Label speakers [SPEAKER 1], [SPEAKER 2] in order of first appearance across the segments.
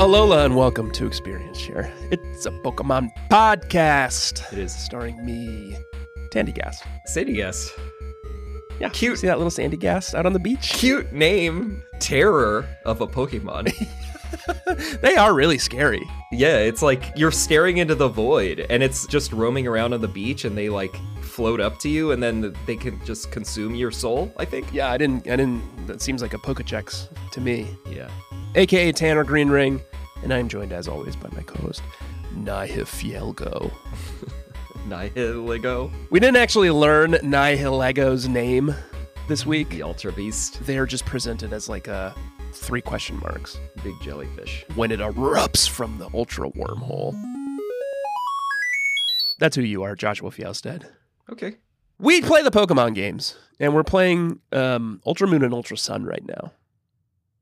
[SPEAKER 1] Alola, and welcome to Experience Share. It's a Pokemon podcast. It is starring me, Tandy Gast.
[SPEAKER 2] Sadie Yes.
[SPEAKER 1] Yeah,
[SPEAKER 2] Cute.
[SPEAKER 1] See that little Sandy Gast out on the beach?
[SPEAKER 2] Cute name. Terror of a Pokemon.
[SPEAKER 1] they are really scary.
[SPEAKER 2] yeah, it's like you're staring into the void and it's just roaming around on the beach and they like float up to you and then they can just consume your soul, I think.
[SPEAKER 1] Yeah, I didn't. I didn't. That seems like a Pokedex to me.
[SPEAKER 2] Yeah.
[SPEAKER 1] AKA Tanner Green Ring, and I am joined as always by my co-host Nihifielgo.
[SPEAKER 2] Nihiligo.
[SPEAKER 1] We didn't actually learn Nihilego's name this week.
[SPEAKER 2] The Ultra Beast.
[SPEAKER 1] They're just presented as like a three question marks.
[SPEAKER 2] Big jellyfish.
[SPEAKER 1] when it erupts from the ultra wormhole. That's who you are, Joshua Fielstead.
[SPEAKER 2] Okay.
[SPEAKER 1] We play the Pokemon games, and we're playing um, Ultra Moon and Ultra Sun right now.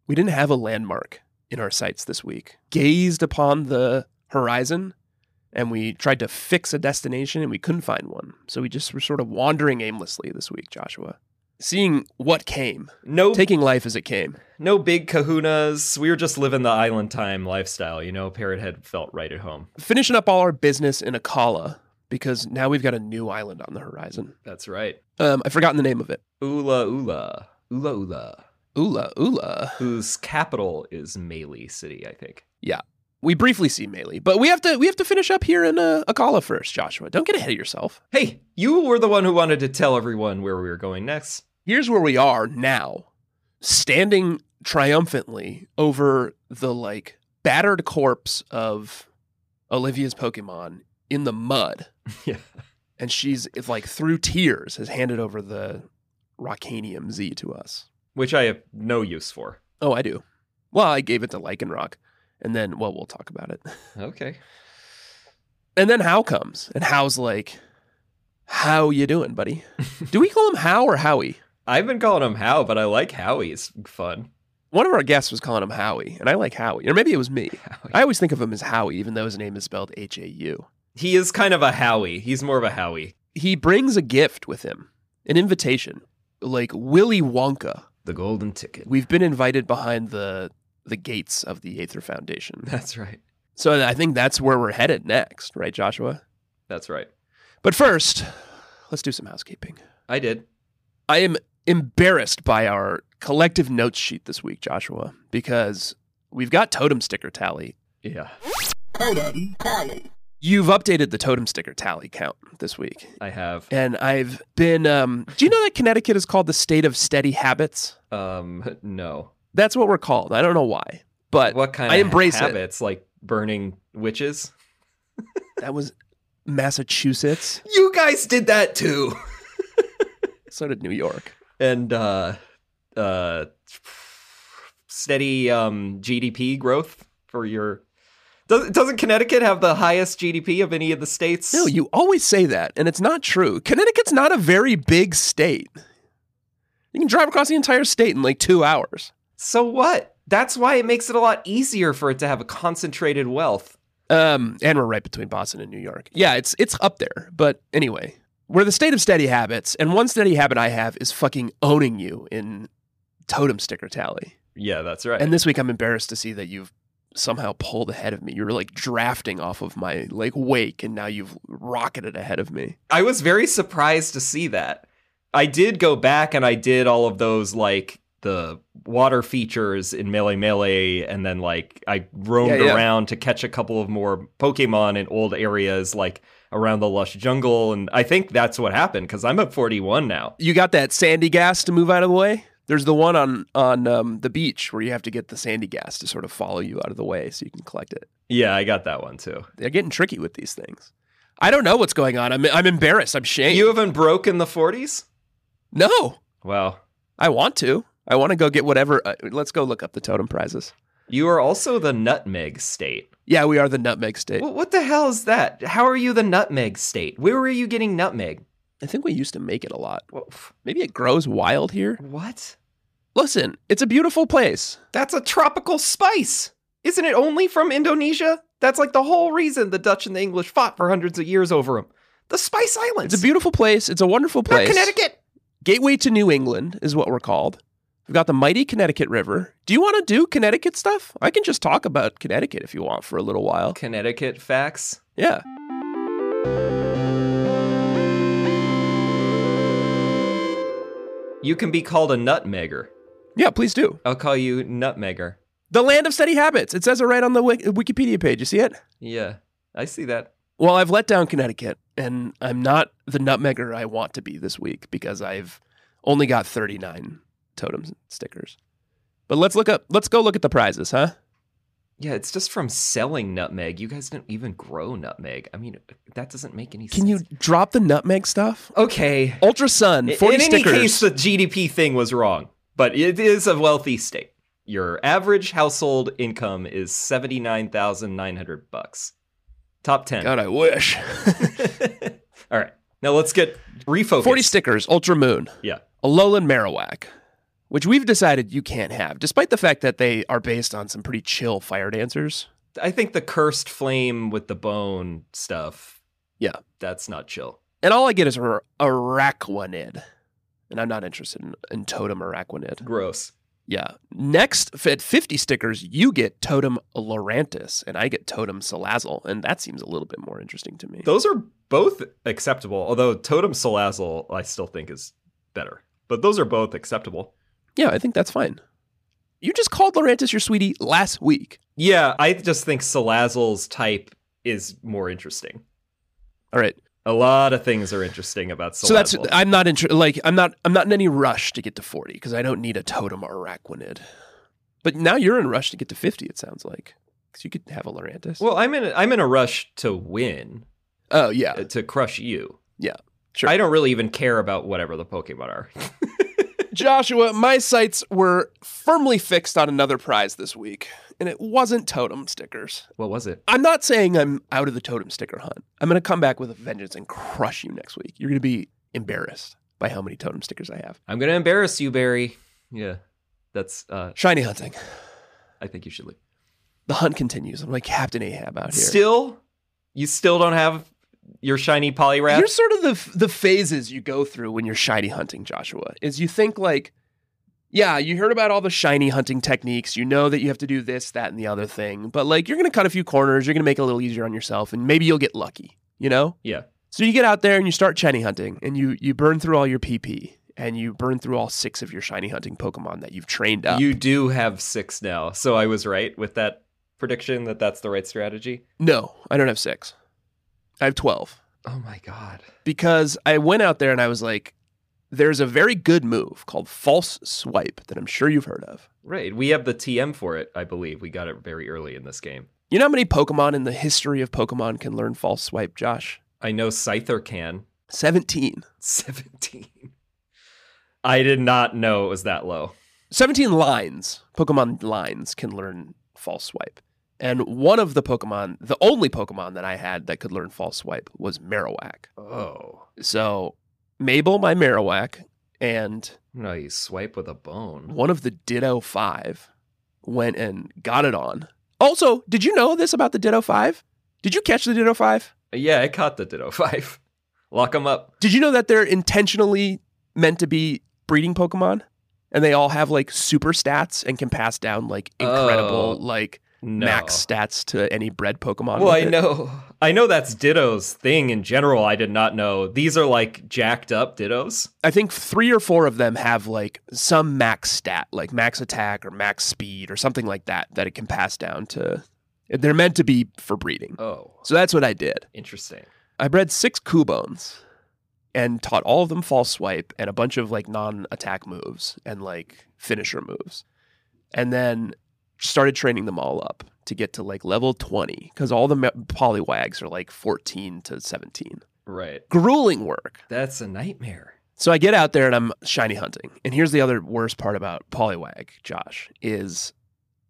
[SPEAKER 1] We didn't have a landmark in our sights this week. Gazed upon the horizon, and we tried to fix a destination, and we couldn't find one. So we just were sort of wandering aimlessly this week, Joshua, seeing what came,
[SPEAKER 2] No
[SPEAKER 1] taking life as it came.
[SPEAKER 2] no big kahunas. We were just living the island time lifestyle, you know, Parrothead felt right at home.
[SPEAKER 1] finishing up all our business in Akala because now we've got a new island on the horizon.
[SPEAKER 2] That's right.
[SPEAKER 1] Um, I've forgotten the name of it.
[SPEAKER 2] Ula Ula. Ula Ula.
[SPEAKER 1] Ula Ula.
[SPEAKER 2] whose capital is Melee City, I think.
[SPEAKER 1] We briefly see Melee, but we have to we have to finish up here in uh, Akala first, Joshua. Don't get ahead of yourself.
[SPEAKER 2] Hey, you were the one who wanted to tell everyone where we were going next.
[SPEAKER 1] Here's where we are now, standing triumphantly over the like battered corpse of Olivia's Pokemon in the mud.
[SPEAKER 2] Yeah.
[SPEAKER 1] And she's it's like through tears has handed over the Rockanium Z to us.
[SPEAKER 2] Which I have no use for.
[SPEAKER 1] Oh, I do. Well, I gave it to Lycanroc, and then well, we'll talk about it.
[SPEAKER 2] Okay.
[SPEAKER 1] And then How comes, and How's like, "How you doing, buddy?" do we call him How or Howie?
[SPEAKER 2] I've been calling him How, but I like Howie. It's fun.
[SPEAKER 1] One of our guests was calling him Howie, and I like Howie, or maybe it was me.
[SPEAKER 2] Howie.
[SPEAKER 1] I always think of him as Howie, even though his name is spelled H A U.
[SPEAKER 2] He is kind of a Howie. He's more of a Howie.
[SPEAKER 1] He brings a gift with him, an invitation, like Willy Wonka.
[SPEAKER 2] The golden ticket.
[SPEAKER 1] We've been invited behind the the gates of the Aether Foundation,
[SPEAKER 2] That's right.
[SPEAKER 1] so I think that's where we're headed next, right, Joshua?
[SPEAKER 2] That's right.
[SPEAKER 1] But first, let's do some housekeeping.
[SPEAKER 2] I did.
[SPEAKER 1] I am embarrassed by our collective notes sheet this week, Joshua, because we've got totem sticker tally.
[SPEAKER 2] Yeah.
[SPEAKER 1] You've updated the totem sticker tally count this week.
[SPEAKER 2] I have.
[SPEAKER 1] And I've been, um, do you know that Connecticut is called the state of steady habits?
[SPEAKER 2] Um, no.
[SPEAKER 1] That's what we're called. I don't know why, but
[SPEAKER 2] What kind
[SPEAKER 1] I
[SPEAKER 2] of
[SPEAKER 1] embrace it.
[SPEAKER 2] habits? Like burning witches?
[SPEAKER 1] that was Massachusetts.
[SPEAKER 2] You guys did that too.
[SPEAKER 1] So did New York.
[SPEAKER 2] and uh uh steady um GDP growth for your does, doesn't Connecticut have the highest GDP of any of the states?
[SPEAKER 1] No, you always say that, and it's not true. Connecticut's not a very big state. You can drive across the entire state in like two hours.
[SPEAKER 2] so what? That's why it makes it a lot easier for it to have a concentrated wealth.
[SPEAKER 1] Um, and we're right between Boston and New York. Yeah, it's it's up there. But anyway, we're the state of steady habits, and one steady habit I have is fucking owning you in totem sticker tally.
[SPEAKER 2] Yeah, that's right.
[SPEAKER 1] And this week, I'm embarrassed to see that you've somehow pulled ahead of me. You're like drafting off of my like wake, and now you've rocketed ahead of me.
[SPEAKER 2] I was very surprised to see that. I did go back and I did all of those like the water features in Melee Melee, and then like I roamed
[SPEAKER 1] Yeah, yeah.
[SPEAKER 2] around to catch a couple of more Pokemon in old areas, like around the lush jungle. And I think that's what happened because I'm at 41 now.
[SPEAKER 1] You got that sandy gas to move out of the way. There's the one on on um, the beach where you have to get the sandy gas to sort of follow you out of the way so you can collect it.
[SPEAKER 2] Yeah, I got that one too.
[SPEAKER 1] They're getting tricky with these things. I don't know what's going on. I'm I'm embarrassed. I'm shamed.
[SPEAKER 2] You haven't broken the 40s?
[SPEAKER 1] no,
[SPEAKER 2] Wow.
[SPEAKER 1] I want to. I want to go get whatever. Uh, let's go look up the totem prizes.
[SPEAKER 2] You are also the nutmeg state.
[SPEAKER 1] Yeah, we are the nutmeg state.
[SPEAKER 2] Wh- What the hell is that? How are you the nutmeg state? Where were you getting nutmeg?
[SPEAKER 1] I think we used to make it a lot.
[SPEAKER 2] Wh-
[SPEAKER 1] Maybe it grows wild here.
[SPEAKER 2] What?
[SPEAKER 1] Listen, it's a beautiful place.
[SPEAKER 2] That's a tropical spice. Isn't it only from Indonesia? That's like the whole reason the Dutch and the English fought for hundreds of years over them. The Spice Islands.
[SPEAKER 1] It's a beautiful place. It's a wonderful
[SPEAKER 2] not
[SPEAKER 1] place.
[SPEAKER 2] Connecticut.
[SPEAKER 1] Gateway to New England is what we're called. We've got the mighty Connecticut River. Do you want to do Connecticut stuff? I can just talk about Connecticut if you want for a little while.
[SPEAKER 2] Connecticut facts.
[SPEAKER 1] Yeah.
[SPEAKER 2] You can be called a nutmegger.
[SPEAKER 1] Yeah, please do.
[SPEAKER 2] I'll call you nutmegger.
[SPEAKER 1] The land of steady habits. It says it right on the Wik- Wikipedia page. You see it?
[SPEAKER 2] Yeah, I see that.
[SPEAKER 1] Well, I've let down Connecticut, and I'm not the nutmegger I want to be this week because I've only got 39 totem stickers. But let's look up. Let's go look at the prizes, huh?
[SPEAKER 2] Yeah, it's just from selling nutmeg. You guys don't even grow nutmeg. I mean, that doesn't make any
[SPEAKER 1] Can
[SPEAKER 2] sense.
[SPEAKER 1] you drop the nutmeg stuff?
[SPEAKER 2] Okay.
[SPEAKER 1] Ultra Sun,
[SPEAKER 2] In-
[SPEAKER 1] 40
[SPEAKER 2] in
[SPEAKER 1] stickers.
[SPEAKER 2] any case, the GDP thing was wrong, but it is a wealthy state. Your average household income is seventy nine thousand nine hundred bucks. Top ten.
[SPEAKER 1] God, I wish.
[SPEAKER 2] All right, now let's get refocused.
[SPEAKER 1] 40 stickers, Ultra Moon,
[SPEAKER 2] yeah,
[SPEAKER 1] a Lowland Marowak, which we've decided you can't have, despite the fact that they are based on some pretty chill fire dancers.
[SPEAKER 2] I think the cursed flame with the bone stuff.
[SPEAKER 1] Yeah.
[SPEAKER 2] that's not chill.
[SPEAKER 1] And all I get is ar- Araquanid. And I'm not interested in, in Totem Araquanid.
[SPEAKER 2] Gross.
[SPEAKER 1] Yeah. Next, f- at 50 stickers, you get Totem Lorantis, and I get Totem Salazzle. And that seems a little bit more interesting to me.
[SPEAKER 2] Those are both acceptable, although Totem Salazzle I still think is better. But those are both acceptable.
[SPEAKER 1] Yeah, I think that's fine. You just called Lorantis your sweetie last week.
[SPEAKER 2] Yeah, I just think Salazzle's type is more interesting.
[SPEAKER 1] All right.
[SPEAKER 2] A lot of things are interesting about Salazzle.
[SPEAKER 1] So that's I'm not inter- like I'm not I'm not in any rush to get to 40 because I don't need a totem araquanid. But now you're in a rush to get to 50. It sounds like because you could have a Lorantis.
[SPEAKER 2] well, I'm in a, I'm in a rush to win,
[SPEAKER 1] oh yeah,
[SPEAKER 2] uh, to crush you.
[SPEAKER 1] Yeah, sure.
[SPEAKER 2] I don't really even care about whatever the Pokemon are.
[SPEAKER 1] Joshua, my sights were firmly fixed on another prize this week, and it wasn't totem stickers.
[SPEAKER 2] what was it?
[SPEAKER 1] I'm not saying I'm out of the totem sticker hunt. I'm going to come back with a vengeance and crush you next week. You're going to be embarrassed by how many totem stickers I have.
[SPEAKER 2] I'm gonna embarrass you, Barry. Yeah, that's. uh
[SPEAKER 1] Shiny hunting.
[SPEAKER 2] I think you should leave.
[SPEAKER 1] The hunt continues. I'm like Captain Ahab out here.
[SPEAKER 2] Still, you still don't have your shiny Poliwrath.
[SPEAKER 1] You're sort of the the phases you go through when you're shiny hunting, Joshua. Is you think like, yeah, you heard about all the shiny hunting techniques. You know that you have to do this, that, and the other thing. But like, you're gonna cut a few corners. You're gonna make it a little easier on yourself, and maybe you'll get lucky. You know?
[SPEAKER 2] Yeah.
[SPEAKER 1] So you get out there and you start shiny hunting, and you you burn through all your PP, and you burn through all six of your shiny hunting Pokemon that you've trained up.
[SPEAKER 2] You do have six now, so I was right with that prediction that that's the right strategy.
[SPEAKER 1] no, I don't have six. I have twelve.
[SPEAKER 2] Oh my god.
[SPEAKER 1] because I went out there and I was like, there's a very good move called false swipe that I'm sure you've heard of.
[SPEAKER 2] Right. We have the TM for it, I believe. We got it very early in this game.
[SPEAKER 1] You know how many Pokemon in the history of Pokemon can learn false swipe, Josh?
[SPEAKER 2] I know Scyther can.
[SPEAKER 1] 17.
[SPEAKER 2] 17. I did not know it was that low.
[SPEAKER 1] 17 lines, Pokemon lines can learn false swipe. And one of the Pokemon, the only Pokemon that I had that could learn false swipe was Marowak.
[SPEAKER 2] Oh.
[SPEAKER 1] So, Mabel, my Marowak, and
[SPEAKER 2] No, you swipe with a bone.
[SPEAKER 1] one of the Ditto 5 went and got it on. Also, did you know this about the Ditto 5? Did you catch the Ditto 5?
[SPEAKER 2] Yeah, I caught the Ditto 5. Lock them up.
[SPEAKER 1] Did you know that they're intentionally meant to be breeding Pokemon? And they all have like super stats and can pass down like incredible
[SPEAKER 2] Oh,
[SPEAKER 1] like
[SPEAKER 2] No.
[SPEAKER 1] max stats to any bred Pokemon.
[SPEAKER 2] Well,
[SPEAKER 1] with
[SPEAKER 2] I
[SPEAKER 1] it.
[SPEAKER 2] know. I know that's Ditto's thing in general. I did not know. These are like jacked up Dittos.
[SPEAKER 1] I think three or four of them have like some max stat, like max attack or max speed or something like that, that it can pass down to. They're meant to be for breeding.
[SPEAKER 2] Oh,
[SPEAKER 1] So that's what I did.
[SPEAKER 2] interesting.
[SPEAKER 1] I bred six Kubones and taught all of them false swipe and a bunch of like non attack moves and like finisher moves. And then started training them all up to get to like level 20 because all the ma- polywags are like 14 to 17.
[SPEAKER 2] Right.
[SPEAKER 1] Grueling work.
[SPEAKER 2] That's a nightmare.
[SPEAKER 1] So I get out there and I'm shiny hunting. And here's the other worst part about polywag, Josh, is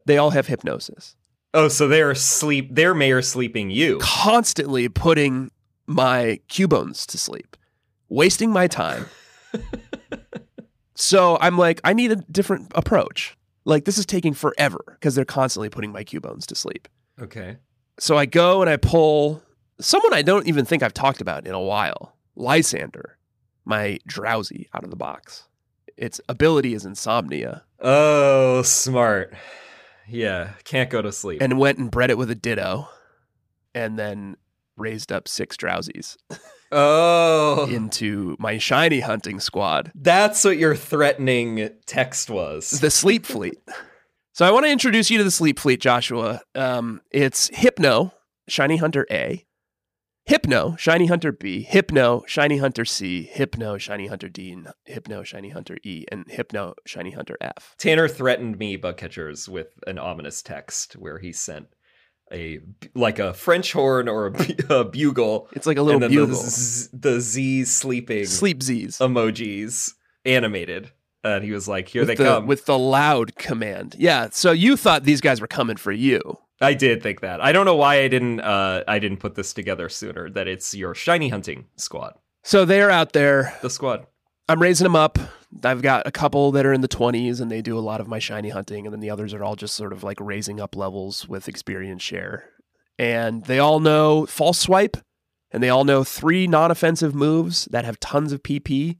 [SPEAKER 1] they all have hypnosis.
[SPEAKER 2] Oh, so they're sleep. They're mayor sleeping you.
[SPEAKER 1] Constantly putting my Cubones to sleep, wasting my time. So I'm like, I need a different approach. Like this is taking forever because they're constantly putting my Cubones to sleep.
[SPEAKER 2] okay.
[SPEAKER 1] So I go and I pull someone I don't even think I've talked about in a while, Lysander, my drowsy out of the box. Its ability is insomnia.
[SPEAKER 2] Oh, smart. Yeah, can't go to sleep.
[SPEAKER 1] and went and bred it with a ditto and then raised up six drowsies
[SPEAKER 2] oh,
[SPEAKER 1] into my shiny hunting squad,
[SPEAKER 2] that's what your threatening text was.
[SPEAKER 1] the Sleep Fleet. So I want to introduce you to the Sleep Fleet, Joshua. Um, it's Hypno, Shiny Hunter A, Hypno, Shiny Hunter B, Hypno, Shiny Hunter C, Hypno, Shiny Hunter D, and Hypno, Shiny Hunter E, and Hypno, Shiny Hunter F.
[SPEAKER 2] Tanner threatened me, bug catchers, with an ominous text where he sent a like a French horn or a, bu- a bugle,
[SPEAKER 1] It's like a little
[SPEAKER 2] and then
[SPEAKER 1] bugle.
[SPEAKER 2] the z, the Z sleeping
[SPEAKER 1] Sleep Z's.
[SPEAKER 2] emojis animated, and he was like, "Here
[SPEAKER 1] with
[SPEAKER 2] they
[SPEAKER 1] the,
[SPEAKER 2] come."
[SPEAKER 1] With the loud command. Yeah. So you thought these guys were coming for you.
[SPEAKER 2] I did think that. I don't know why I didn't. Uh, I didn't put this together sooner. That it's your shiny hunting squad,
[SPEAKER 1] So they're out there.
[SPEAKER 2] the squad.
[SPEAKER 1] I'm raising them up. I've got a couple that are in the 20s and they do a lot of my shiny hunting. And then the others are all just sort of like raising up levels with experience share. And they all know false swipe and they all know three non offensive moves that have tons of PP.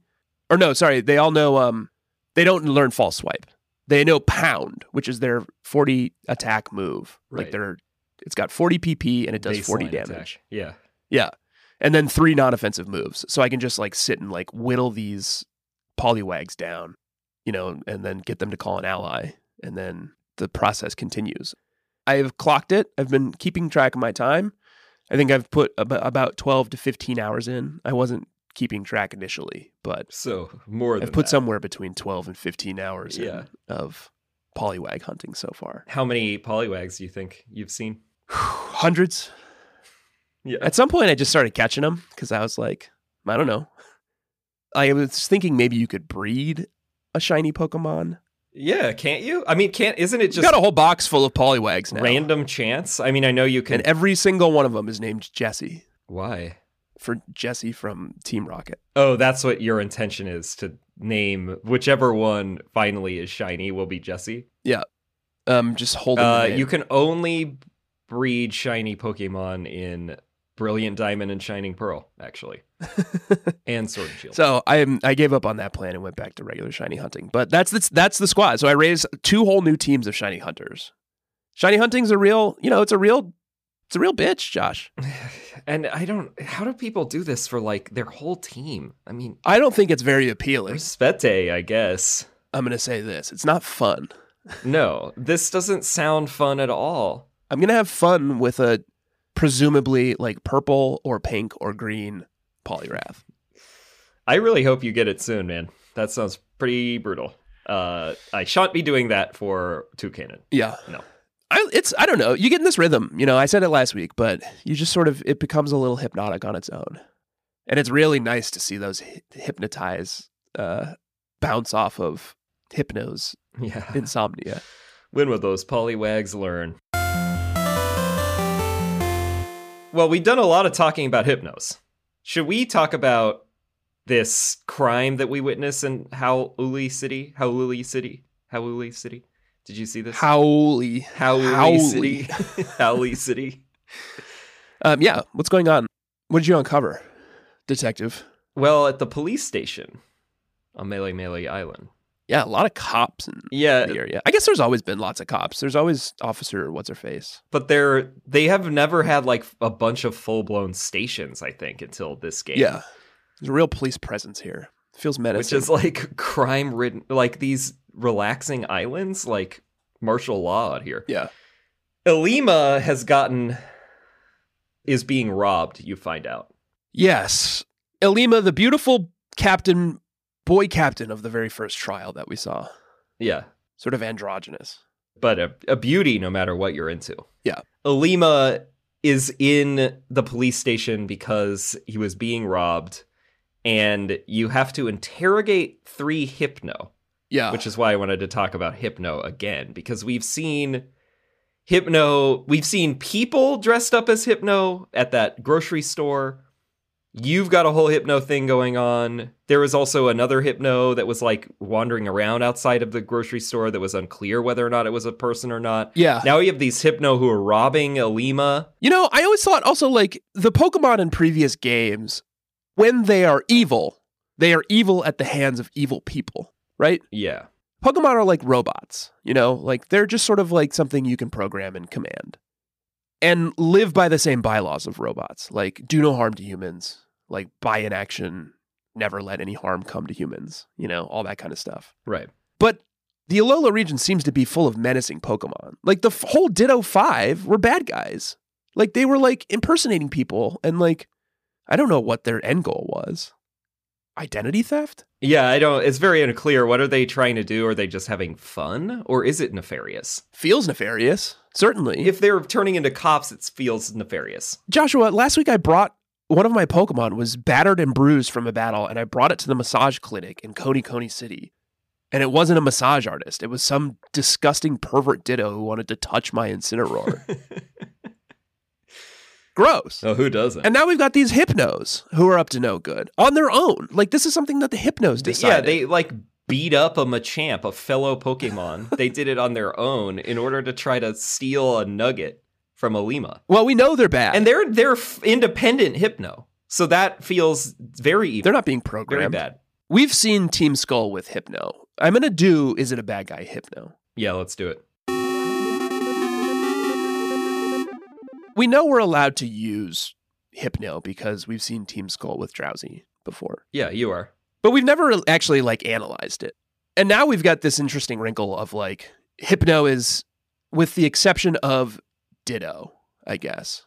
[SPEAKER 1] Or no, sorry. They all know, um, they don't learn false swipe. They know pound, which is their 40 attack move. Like
[SPEAKER 2] Right.
[SPEAKER 1] they're, it's got 40 PP and it does 40
[SPEAKER 2] Baseline attack.
[SPEAKER 1] damage.
[SPEAKER 2] Yeah.
[SPEAKER 1] Yeah. And then three non offensive moves. So I can just like sit and like whittle these polywags down, you know, and then get them to call an ally. And then the process continues. I have clocked it. I've been keeping track of my time. I think I've put ab- about 12 to 15 hours in. I wasn't keeping track initially, but
[SPEAKER 2] So more than
[SPEAKER 1] I've put
[SPEAKER 2] that.
[SPEAKER 1] somewhere between 12 and 15 hours in
[SPEAKER 2] Yeah.
[SPEAKER 1] of polywag hunting so far.
[SPEAKER 2] How many polywags do you think you've seen?
[SPEAKER 1] Hundreds.
[SPEAKER 2] Yeah.
[SPEAKER 1] At some point, I just started catching them because I was like, I don't know. I was thinking maybe you could breed a shiny Pokemon.
[SPEAKER 2] Yeah, can't you? I mean, can't isn't it
[SPEAKER 1] You
[SPEAKER 2] just
[SPEAKER 1] got a whole box full of Poliwags now,
[SPEAKER 2] random chance? I mean, I know you can.
[SPEAKER 1] and every single one of them is named Jesse
[SPEAKER 2] Why?
[SPEAKER 1] for Jesse from Team Rocket.
[SPEAKER 2] Oh, that's what your intention is to name whichever one finally is shiny will be Jesse.
[SPEAKER 1] Um, just holding.
[SPEAKER 2] Uh,
[SPEAKER 1] the name.
[SPEAKER 2] you can only breed shiny Pokemon in Brilliant Diamond and Shining Pearl, actually, and Sword and Shield.
[SPEAKER 1] So I am, I gave up on that plan and went back to regular shiny hunting. But that's the, that's the squad. So I raised two whole new teams of shiny hunters. Shiny hunting's a real, you know, it's a real, it's a real bitch, Josh.
[SPEAKER 2] and I don't. How do people do this for like their whole team? I mean,
[SPEAKER 1] I don't think it's very appealing.
[SPEAKER 2] Respete, I guess.
[SPEAKER 1] I'm gonna say this: it's not fun.
[SPEAKER 2] No, this doesn't sound fun at all.
[SPEAKER 1] I'm gonna have fun with a presumably like purple or pink or green polyrath.
[SPEAKER 2] I really hope you get it soon, man. That sounds pretty brutal. Uh, I shan't be doing that for Toucanon.
[SPEAKER 1] Yeah.
[SPEAKER 2] No.
[SPEAKER 1] I it's I don't know. You get in this rhythm, you know, I said it last week, but you just sort of it becomes a little hypnotic on its own. And it's really nice to see those hy- hypnotize uh bounce off of hypnos
[SPEAKER 2] Yeah.
[SPEAKER 1] insomnia.
[SPEAKER 2] When will those polywags learn? Well, we've done a lot of talking about hypnos. Should we talk about this crime that we witnessed in Howluli City? Howluli City? Howluli City? Did you see this?
[SPEAKER 1] Howly.
[SPEAKER 2] Howluli City? Howluli City.
[SPEAKER 1] Um yeah, what's going on? What did you uncover, detective?
[SPEAKER 2] Well, at the police station on Mele Mele Island.
[SPEAKER 1] Yeah, a lot of cops and
[SPEAKER 2] Yeah,
[SPEAKER 1] the area. I guess there's always been lots of cops. There's always officer what's her face.
[SPEAKER 2] but they're they have never had like a bunch of full blown stations. I think until this game.
[SPEAKER 1] Yeah. There's a real police presence here. Feels
[SPEAKER 2] which
[SPEAKER 1] menacing.
[SPEAKER 2] is like crime ridden, like these relaxing islands, like martial law out here.
[SPEAKER 1] yeah.
[SPEAKER 2] Elima has gotten is being robbed. You find out.
[SPEAKER 1] Yes. Elima, the beautiful captain, boy captain of the very first trial that we saw.
[SPEAKER 2] Yeah,
[SPEAKER 1] Sort of androgynous.
[SPEAKER 2] but a, a beauty no matter what you're into.
[SPEAKER 1] Yeah.
[SPEAKER 2] Alima is in the police station because he was being robbed, and you have to interrogate three hypno,
[SPEAKER 1] Yeah.
[SPEAKER 2] which is why I wanted to talk about hypno again because we've seen hypno, we've seen people dressed up as hypno at that grocery store. You've got a whole hypno thing going on. There was also another hypno that was like wandering around outside of the grocery store that was unclear whether or not it was a person or not.
[SPEAKER 1] yeah.
[SPEAKER 2] Now we have these hypno who are robbing Alima.
[SPEAKER 1] You know, I always thought also like the Pokemon in previous games, when they are evil, they are evil at the hands of evil people, right?
[SPEAKER 2] Yeah.
[SPEAKER 1] Pokemon are like robots, you know, like they're just sort of like something you can program and command and live by the same bylaws of robots, like do no harm to humans, like buy an action, never let any harm come to humans, you know, all that kind of stuff.
[SPEAKER 2] Right.
[SPEAKER 1] But the Alola region seems to be full of menacing Pokemon. Like the f- whole Ditto 5 were bad guys. Like they were like impersonating people and like I don't know what their end goal was. Identity theft?
[SPEAKER 2] Yeah, I don't. It's very unclear. What are they trying to do? Are they just having fun, or is it nefarious?
[SPEAKER 1] Feels nefarious, certainly.
[SPEAKER 2] If they're turning into cops, it feels nefarious.
[SPEAKER 1] Joshua, last week I brought one of my Pokemon was battered and bruised from a battle, and I brought it to the massage clinic in Coney Coney City. And it wasn't a massage artist. It was some disgusting pervert ditto who wanted to touch my Incineroar. Gross.
[SPEAKER 2] Oh, who doesn't?
[SPEAKER 1] And now we've got these hypnos who are up to no good on their own. Like this is something that the hypnos
[SPEAKER 2] Th-
[SPEAKER 1] decided.
[SPEAKER 2] Yeah, they like beat up a Machamp, a fellow Pokemon. they did it on their own in order to try to steal a nugget from a Lima.
[SPEAKER 1] well, we know they're bad,
[SPEAKER 2] And they're they're f- independent Hypno, so that feels very evil,
[SPEAKER 1] they're not being
[SPEAKER 2] very
[SPEAKER 1] programmed.
[SPEAKER 2] bad.
[SPEAKER 1] We've seen Team Skull with Hypno. I'm gonna do is it a bad guy Hypno?
[SPEAKER 2] Yeah, let's do it.
[SPEAKER 1] We know we're allowed to use Hypno because we've seen Team Skull with Drowsy before,
[SPEAKER 2] Yeah, you are.
[SPEAKER 1] but we've never actually like analyzed it. And now we've got this interesting wrinkle of like Hypno is, with the exception of Ditto, I guess.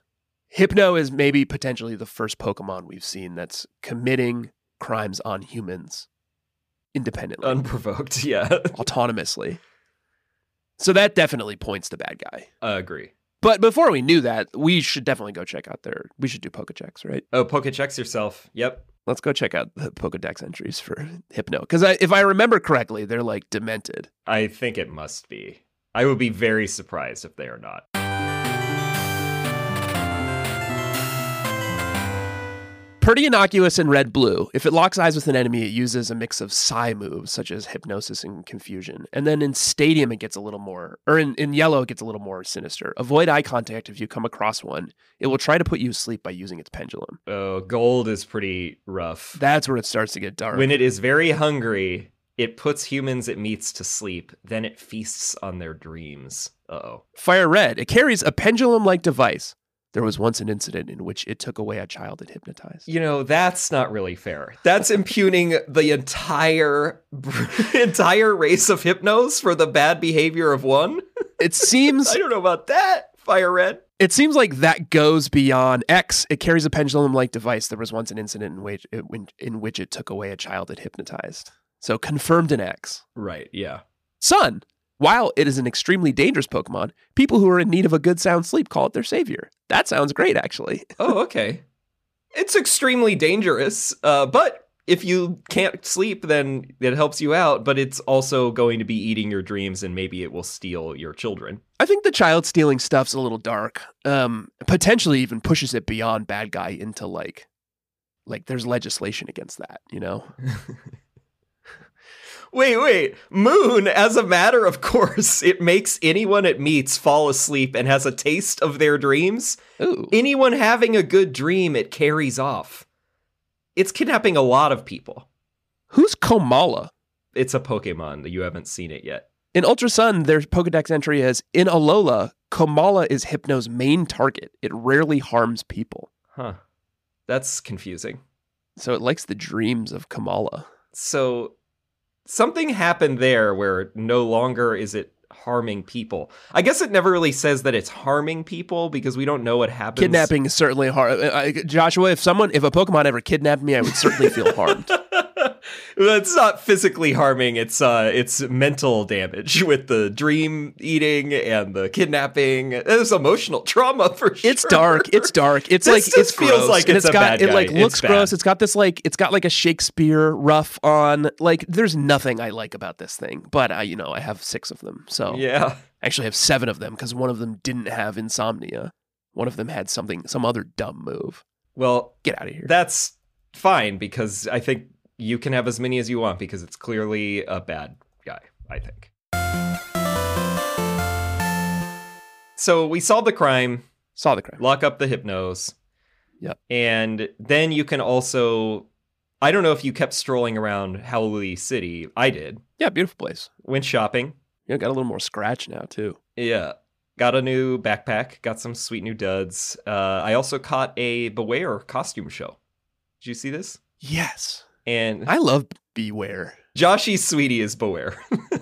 [SPEAKER 1] Hypno is maybe potentially the first Pokemon we've seen that's committing crimes on humans independently.
[SPEAKER 2] Unprovoked. Yeah,
[SPEAKER 1] autonomously. So that definitely points to bad guy.
[SPEAKER 2] I agree.
[SPEAKER 1] But before we knew that, we should definitely go check out their. We should do Pokéchecks, right?
[SPEAKER 2] Oh, Pokechecks yourself. Yep.
[SPEAKER 1] Let's go check out the Pokédex entries for Hypno, because I, if I remember correctly, they're like demented.
[SPEAKER 2] I think it must be. I would be very surprised if they are not.
[SPEAKER 1] Pretty innocuous in red blue. If it locks eyes with an enemy, it uses a mix of psi moves such as hypnosis and confusion. And then in stadium, it gets a little more, or in, in yellow, it gets a little more sinister. Avoid eye contact if you come across one. It will try to put you asleep by using its pendulum.
[SPEAKER 2] Oh, gold is pretty rough.
[SPEAKER 1] That's where it starts to get dark.
[SPEAKER 2] When it is very hungry, it puts humans it meets to sleep. Then it feasts on their dreams. Uh oh.
[SPEAKER 1] Fire Red. It carries a pendulum like device. There was once an incident in which it took away a child it hypnotized.
[SPEAKER 2] You know that's not really fair. That's impugning the entire entire race of hypnos for the bad behavior of one.
[SPEAKER 1] It seems
[SPEAKER 2] I don't know about that. Fire red.
[SPEAKER 1] it seems like that goes beyond X. It carries a pendulum like device. There was once an incident in which it, in, in which it took away a child it hypnotized. So confirmed an X.
[SPEAKER 2] Right. Yeah.
[SPEAKER 1] Sun. While it is an extremely dangerous Pokemon, people who are in need of a good sound sleep call it their savior. That sounds great, actually.
[SPEAKER 2] Oh, okay. It's extremely dangerous, uh, but if you can't sleep, then it helps you out. But it's also going to be eating your dreams, and maybe it will steal your children.
[SPEAKER 1] I think the child stealing stuff's a little dark. Um, potentially even pushes it beyond bad guy into like, like there's legislation against that. You know,
[SPEAKER 2] Wait, wait. Moon, as a matter of course, it makes anyone it meets fall asleep and has a taste of their dreams.
[SPEAKER 1] ooh,
[SPEAKER 2] Anyone having a good dream, it carries off. It's kidnapping a lot of people.
[SPEAKER 1] who's Komala?
[SPEAKER 2] It's a Pokemon that you haven't seen it yet.
[SPEAKER 1] In Ultra Sun, their Pokedex entry is in Alola. Komala is Hypno's main target. It rarely harms people,
[SPEAKER 2] Huh. That's confusing.
[SPEAKER 1] so it likes the dreams of Komala.
[SPEAKER 2] so something happened there where no longer is it harming people. I guess it never really says that it's harming people because we don't know what happens.
[SPEAKER 1] Kidnapping is certainly hard. I, I- Joshua, if someone, if a Pokemon ever kidnapped me, I would certainly feel harmed.
[SPEAKER 2] That's not physically harming. It's uh, it's mental damage with the dream eating and the kidnapping. There's emotional trauma for sure.
[SPEAKER 1] It's dark. It's dark. It's
[SPEAKER 2] This
[SPEAKER 1] like
[SPEAKER 2] just
[SPEAKER 1] it's
[SPEAKER 2] feels
[SPEAKER 1] gross.
[SPEAKER 2] like
[SPEAKER 1] and
[SPEAKER 2] it's
[SPEAKER 1] it's
[SPEAKER 2] a
[SPEAKER 1] got
[SPEAKER 2] bad
[SPEAKER 1] it like
[SPEAKER 2] guy. It's
[SPEAKER 1] looks
[SPEAKER 2] bad.
[SPEAKER 1] gross. It's got this like it's got like a Shakespeare ruff on. Like there's nothing I like about this thing, but I you know I have six of them. So
[SPEAKER 2] Yeah.
[SPEAKER 1] actually I have seven of them because one of them didn't have insomnia. One of them had something some other dumb move.
[SPEAKER 2] Well,
[SPEAKER 1] Get out of here.
[SPEAKER 2] That's fine because I think you can have as many as you want because it's clearly a bad guy, I think. So we solve the crime,
[SPEAKER 1] Saw the crime.
[SPEAKER 2] lock up the hypnos.
[SPEAKER 1] Yep.
[SPEAKER 2] And then you can also I don't know if you kept strolling around Howley City. I did.
[SPEAKER 1] Yeah, beautiful place.
[SPEAKER 2] Went shopping.
[SPEAKER 1] Yeah, got a little more scratch now too.
[SPEAKER 2] Yeah. Got a new backpack. Got some sweet new duds. Uh, I also caught a Beware costume show. Did you see this?
[SPEAKER 1] Yes,
[SPEAKER 2] And
[SPEAKER 1] I love Beware.
[SPEAKER 2] Joshy Sweetie is Beware.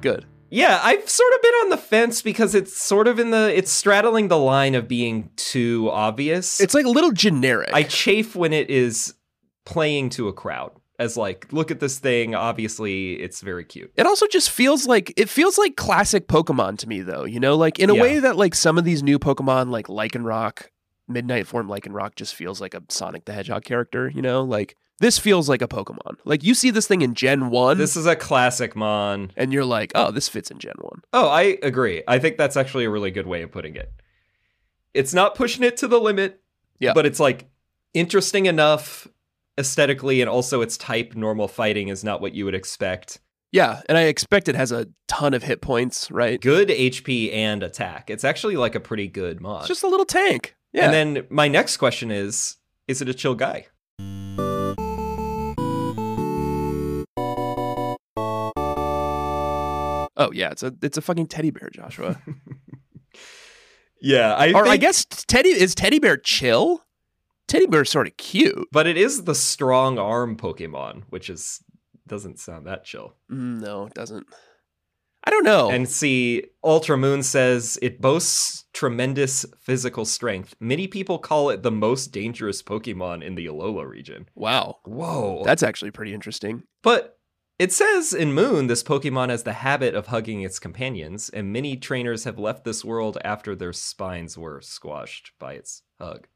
[SPEAKER 1] Good.
[SPEAKER 2] Yeah, I've sort of been on the fence because it's sort of in the it's straddling the line of being too obvious.
[SPEAKER 1] It's like a little generic.
[SPEAKER 2] I chafe when it is playing to a crowd as like, look at this thing, obviously it's very cute.
[SPEAKER 1] it also just feels like it feels like classic Pokemon to me though, you know, like in a
[SPEAKER 2] Yeah.
[SPEAKER 1] way that like some of these new Pokemon like Lycanroc, Midnight Form Lycanroc just feels like a Sonic the Hedgehog character, you know, like this feels like a Pokemon. Like you see this thing in Gen 1
[SPEAKER 2] This is a classic mon.
[SPEAKER 1] and you're like, "Oh, this fits in Gen 1."
[SPEAKER 2] Oh, I agree. I think that's actually a really good way of putting it. It's not pushing it to the limit,
[SPEAKER 1] Yeah.
[SPEAKER 2] but it's like interesting enough aesthetically and also its type normal fighting is not what you would expect.
[SPEAKER 1] Yeah, and I expect it has a ton of hit points, right?
[SPEAKER 2] Good HP and attack. It's actually like a pretty good mod.
[SPEAKER 1] It's just a little tank. Yeah.
[SPEAKER 2] And then my next question is Is it a chill guy?
[SPEAKER 1] oh, yeah, it's a it's a fucking teddy bear, Joshua.
[SPEAKER 2] Yeah, I,
[SPEAKER 1] or I
[SPEAKER 2] think-
[SPEAKER 1] guess teddy is teddy bear chill? Teddy bear's sort of cute.
[SPEAKER 2] but it is the strong arm Pokemon, which is doesn't sound that chill.
[SPEAKER 1] Mm, No, it doesn't. I don't know.
[SPEAKER 2] And see, Ultra Moon says it boasts tremendous physical strength. Many people call it the most dangerous Pokemon in the Alola region.
[SPEAKER 1] wow.
[SPEAKER 2] Whoa,
[SPEAKER 1] That's actually pretty interesting.
[SPEAKER 2] But it says in Moon, this Pokemon has the habit of hugging its companions, and many trainers have left this world after their spines were squashed by its hug.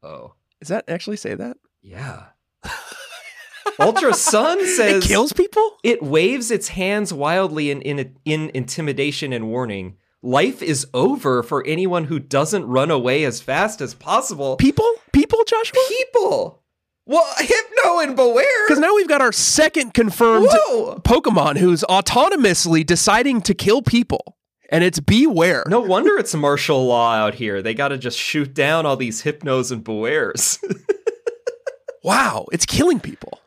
[SPEAKER 2] Oh,
[SPEAKER 1] Does that actually say that?
[SPEAKER 2] yeah. Ultra Sun says
[SPEAKER 1] it kills people?
[SPEAKER 2] it waves its hands wildly in, in, in intimidation and warning. Life is over for anyone who doesn't run away as fast as possible.
[SPEAKER 1] People? People, Joshua?
[SPEAKER 2] People! Well, Hypno and Beware!
[SPEAKER 1] Because now we've got our second confirmed
[SPEAKER 2] Whoa!
[SPEAKER 1] Pokemon who's autonomously deciding to kill people. And it's beware.
[SPEAKER 2] No wonder it's martial law out here. They got to just shoot down all these hypnos and bewares.
[SPEAKER 1] Wow, it's killing people.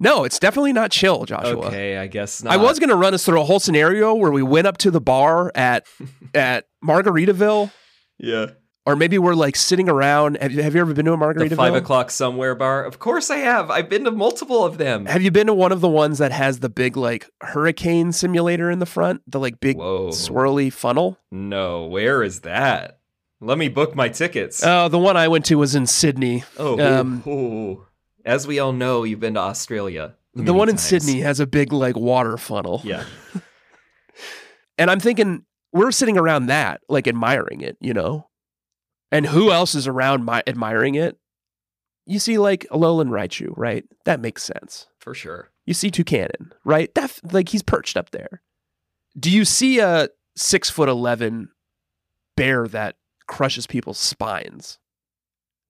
[SPEAKER 1] No, it's definitely not chill, Joshua.
[SPEAKER 2] okay, I guess not.
[SPEAKER 1] I was going to run us through a whole scenario where we went up to the bar at at Margaritaville,
[SPEAKER 2] yeah.
[SPEAKER 1] or maybe we're like sitting around. Have you, have you ever been to a Margaritaville?
[SPEAKER 2] The five o'clock somewhere bar. Of course I have. I've been to multiple of them.
[SPEAKER 1] Have you been to one of the ones that has the big like hurricane simulator in the front? The like big
[SPEAKER 2] Whoa.
[SPEAKER 1] swirly funnel?
[SPEAKER 2] No, where is that? Let me book my tickets.
[SPEAKER 1] Oh, the one I went to was in Sydney.
[SPEAKER 2] oh,
[SPEAKER 1] um,
[SPEAKER 2] ooh. as we all know, you've been to Australia.
[SPEAKER 1] the
[SPEAKER 2] many
[SPEAKER 1] one in
[SPEAKER 2] times.
[SPEAKER 1] Sydney has a big like water funnel.
[SPEAKER 2] Yeah.
[SPEAKER 1] And I'm thinking we're sitting around that, like admiring it, you know? And who else is around my admiring it? You see like Alolan Raichu, right? That makes sense.
[SPEAKER 2] For sure.
[SPEAKER 1] You see Toucanon, right? That f- like he's perched up there. Do you see a six foot eleven bear that crushes people's spines?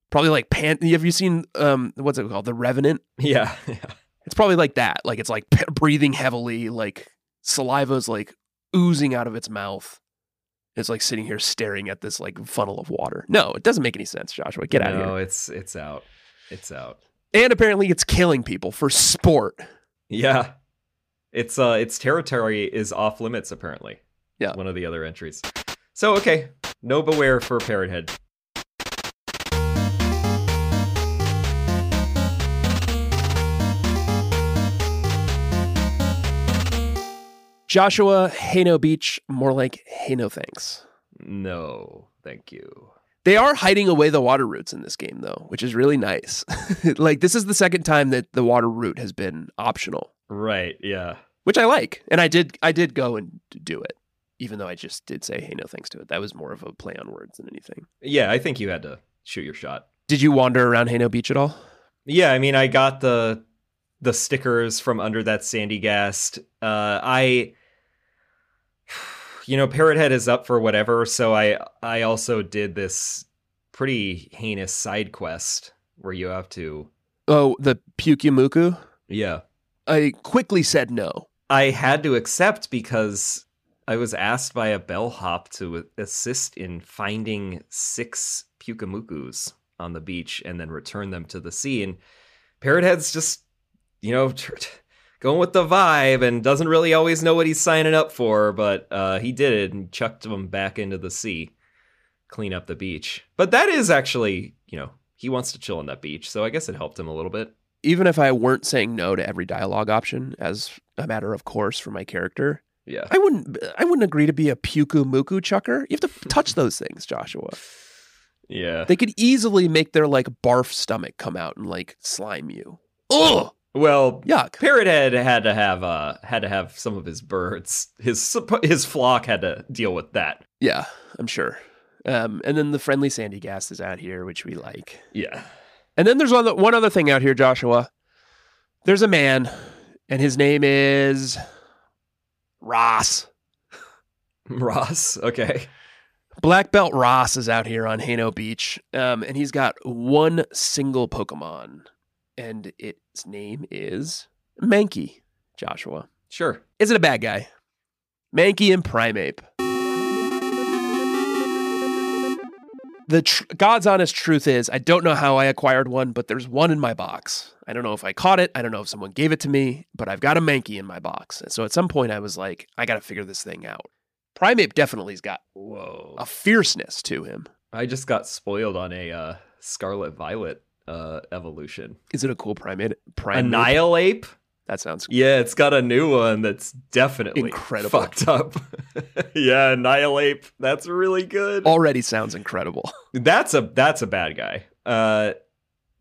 [SPEAKER 1] Probably like pan. Have you seen um what's it called? The Revenant.
[SPEAKER 2] Yeah. yeah.
[SPEAKER 1] It's probably like that. Like it's like p- breathing heavily. Like saliva's like oozing out of its mouth. It's like sitting here staring at this like funnel of water. No, it doesn't make any sense, Joshua. Get out
[SPEAKER 2] no,
[SPEAKER 1] of here.
[SPEAKER 2] it's it's out. It's out.
[SPEAKER 1] And apparently, it's killing people for sport.
[SPEAKER 2] Yeah. It's uh its territory is off limits apparently.
[SPEAKER 1] Yeah.
[SPEAKER 2] One of the other entries. So okay, no beware for parrot head.
[SPEAKER 1] Joshua, hey no beach, more like hey no thanks.
[SPEAKER 2] No, thank you.
[SPEAKER 1] They are hiding away the water routes in this game, though, which is really nice. like, this is the second time that the water route has been optional,
[SPEAKER 2] Right, yeah.
[SPEAKER 1] which I like. And I did, I did go and d- do it, even though I just did say, hey, no thanks to it. That was more of a play on words than anything.
[SPEAKER 2] Yeah, I think you had to shoot your shot.
[SPEAKER 1] Did you wander around Hano Beach at all?
[SPEAKER 2] Yeah, I mean I got the the stickers from under that sandy gast. Uh I you know, Parrot Head is up for whatever, so I I also did this pretty heinous side quest where you have to
[SPEAKER 1] Oh, the Pukyumuku?
[SPEAKER 2] Yeah.
[SPEAKER 1] I quickly said no.
[SPEAKER 2] I had to accept because I was asked by a bellhop to assist in finding six pukamukus on the beach and then return them to the sea. And Parrothead's just, you know, going with the vibe and doesn't really always know what he's signing up for, but uh, he did it and chucked them back into the sea, clean up the beach. But that is actually, you know, he wants to chill on that beach, so I guess it helped him a little bit.
[SPEAKER 1] Even if I weren't saying no to every dialogue option as a matter of course for my character,
[SPEAKER 2] Yeah.
[SPEAKER 1] I wouldn't I wouldn't agree to be a puku muku chucker. You have to touch those things, Joshua.
[SPEAKER 2] Yeah.
[SPEAKER 1] They could easily make their like barf stomach come out and like slime you. Ugh,
[SPEAKER 2] Well,
[SPEAKER 1] yuck.
[SPEAKER 2] Parrot had had to have uh had to have some of his birds. His sup- his flock had to deal with that.
[SPEAKER 1] Yeah, I'm sure. Um, and then the friendly sandy gas is out here, which we like.
[SPEAKER 2] Yeah.
[SPEAKER 1] And then there's one, one other thing out here, Joshua. There's a man, and his name is Ross.
[SPEAKER 2] Ross, okay.
[SPEAKER 1] Black Belt Ross is out here on Hano Beach, um, and he's got one single Pokemon, and its name is Mankey, Joshua.
[SPEAKER 2] Sure.
[SPEAKER 1] Is it a bad guy? Mankey and Primeape. The tr- God's honest truth is, I don't know how I acquired one, but there's one in my box. I don't know if I caught it. I don't know if someone gave it to me, but I've got a Mankey in my box. And so at some point, I was like, I got to figure this thing out. Primeape definitely's got
[SPEAKER 2] Whoa.
[SPEAKER 1] a fierceness to him.
[SPEAKER 2] I just got spoiled on a uh Scarlet Violet uh evolution.
[SPEAKER 1] Is it a cool primate? Primate.
[SPEAKER 2] Annihilate?
[SPEAKER 1] That sounds.
[SPEAKER 2] Yeah, it's got a new one that's definitely
[SPEAKER 1] Incredible.
[SPEAKER 2] fucked up. yeah, Annihilate. That's really good.
[SPEAKER 1] Already sounds incredible.
[SPEAKER 2] That's a that's a bad guy. Uh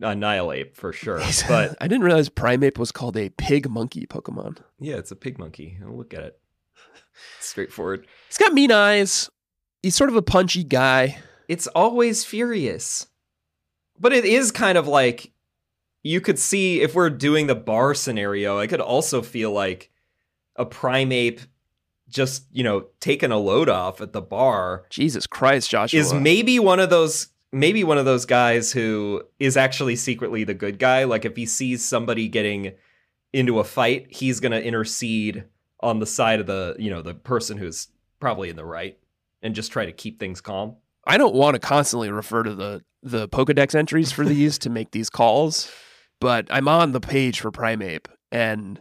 [SPEAKER 2] Annihilate for sure. But
[SPEAKER 1] I didn't realize Primeape was called a pig monkey Pokemon.
[SPEAKER 2] Yeah, it's a pig monkey. I'll look at it. Straightforward.
[SPEAKER 1] He's got mean eyes. He's sort of a punchy guy.
[SPEAKER 2] It's always furious. But it is kind of like you could see if we're doing the bar scenario, I could also feel like a primeape just, you know, taking a load off at the bar
[SPEAKER 1] Jesus Christ, Joshua.
[SPEAKER 2] is maybe one of those maybe one of those guys who is actually secretly the good guy. Like if he sees somebody getting into a fight, he's gonna intercede on the side of the you know the person who's probably in the right and just try to keep things calm.
[SPEAKER 1] I don't want to constantly refer to the the Pokedex entries for these to make these calls, but I'm on the page for Primeape and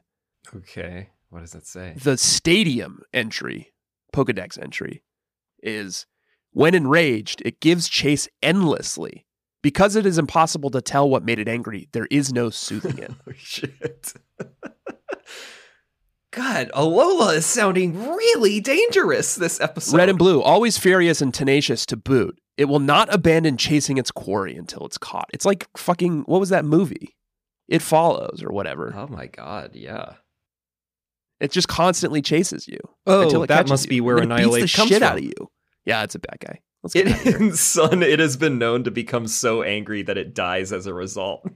[SPEAKER 2] Okay, what does that say?
[SPEAKER 1] the stadium entry, Pokedex entry, is when enraged, it gives chase endlessly. Because it is impossible to tell what made it angry, there is no soothing it.
[SPEAKER 2] Oh, Shit. God, Alola is sounding really dangerous this episode.
[SPEAKER 1] Red and blue, always furious and tenacious to boot. It will not abandon chasing its quarry until it's caught. It's like fucking, what was that movie? It follows or whatever.
[SPEAKER 2] Oh my god, yeah.
[SPEAKER 1] It just constantly chases you. until
[SPEAKER 2] Oh,
[SPEAKER 1] it
[SPEAKER 2] that
[SPEAKER 1] catches
[SPEAKER 2] must
[SPEAKER 1] you.
[SPEAKER 2] be where
[SPEAKER 1] And then it
[SPEAKER 2] Annihilate
[SPEAKER 1] beats the
[SPEAKER 2] comes
[SPEAKER 1] shit
[SPEAKER 2] from.
[SPEAKER 1] out of you. Yeah, it's a bad guy. Let's get out of
[SPEAKER 2] It,
[SPEAKER 1] here.
[SPEAKER 2] in Sun, it has been known to become so angry that it dies as a result.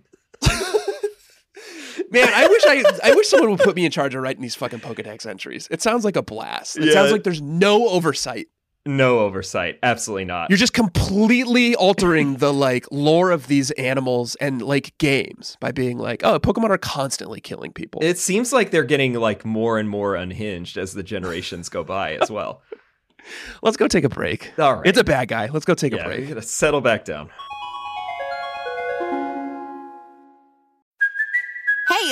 [SPEAKER 1] Man, I wish I I wish someone would put me in charge of writing these fucking Pokedex entries. It sounds like a blast. It
[SPEAKER 2] Yeah.
[SPEAKER 1] sounds like there's no oversight.
[SPEAKER 2] No oversight. Absolutely not.
[SPEAKER 1] You're just completely altering the like lore of these animals and like games by being like, oh, Pokemon are constantly killing people.
[SPEAKER 2] it seems like they're getting like more and more unhinged as the generations go by as well.
[SPEAKER 1] Let's go take a break.
[SPEAKER 2] All right.
[SPEAKER 1] It's a bad guy. Let's go take a
[SPEAKER 2] yeah, we
[SPEAKER 1] break.
[SPEAKER 2] gotta settle back down.
[SPEAKER 3] Hey,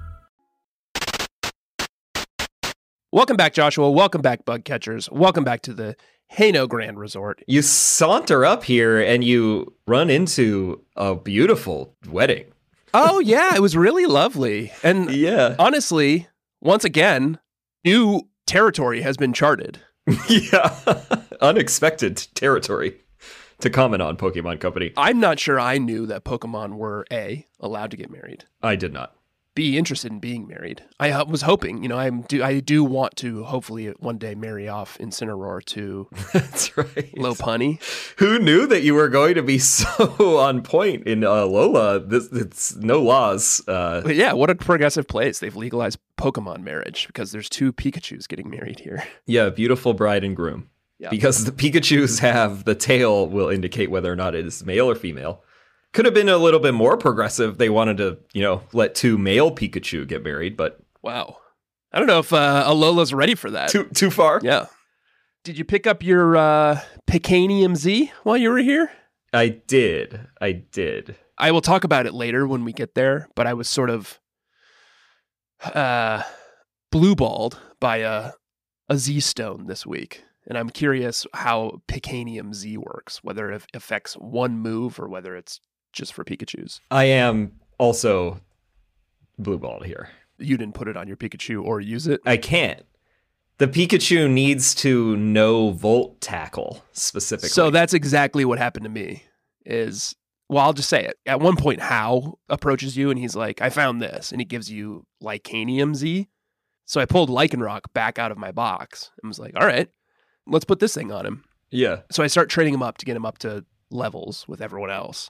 [SPEAKER 1] Welcome back, Joshua. Welcome back, bug catchers. Welcome back to the Hano Grand Resort.
[SPEAKER 2] You saunter up here and you run into a beautiful wedding.
[SPEAKER 1] Oh yeah, it was really lovely. And
[SPEAKER 2] Yeah.
[SPEAKER 1] honestly, once again, new territory has been charted.
[SPEAKER 2] yeah. Unexpected territory to comment on Pokemon Company.
[SPEAKER 1] I'm not sure I knew that Pokemon were A, allowed to get married,
[SPEAKER 2] I did not.
[SPEAKER 1] be interested in being married. I ho- was hoping, you know, I do I do want to hopefully one day marry off Incineroar to
[SPEAKER 2] That's right.
[SPEAKER 1] Low Punny.
[SPEAKER 2] Who knew that you were going to be so on point in uh, Lola? This it's no laws. Uh,
[SPEAKER 1] But yeah, what a progressive place. They've legalized Pokemon marriage because there's two Pikachu's getting married here.
[SPEAKER 2] yeah, beautiful bride and groom.
[SPEAKER 1] Yeah.
[SPEAKER 2] Because the Pikachu's have the tail will indicate whether or not it is male or female. Could have been a little bit more progressive. They wanted to, you know, let two male Pikachu get married, but
[SPEAKER 1] Wow. I don't know if uh, Alola's ready for that.
[SPEAKER 2] too too far.
[SPEAKER 1] Yeah. Did you pick up your uh, Picanium Z while you were here?
[SPEAKER 2] I did. I did.
[SPEAKER 1] I will talk about it later when we get there, but I was sort of uh, blue balled by a, a Z stone this week. And I'm curious how Picanium Z works, whether it affects one move or whether it's just for Pikachu's.
[SPEAKER 2] I am also blue balled here.
[SPEAKER 1] You didn't put it on your Pikachu or use it.
[SPEAKER 2] I can't. The Pikachu needs to know Volt Tackle specifically.
[SPEAKER 1] So that's exactly what happened to me. Is well, I'll just say it. At one point, Hal approaches you and he's like, "I found this," and he gives you Lycanium Z. So I pulled Lycanroc back out of my box and was like, "All right, let's put this thing on him."
[SPEAKER 2] yeah,
[SPEAKER 1] So I start trading him up to get him up to levels with everyone else,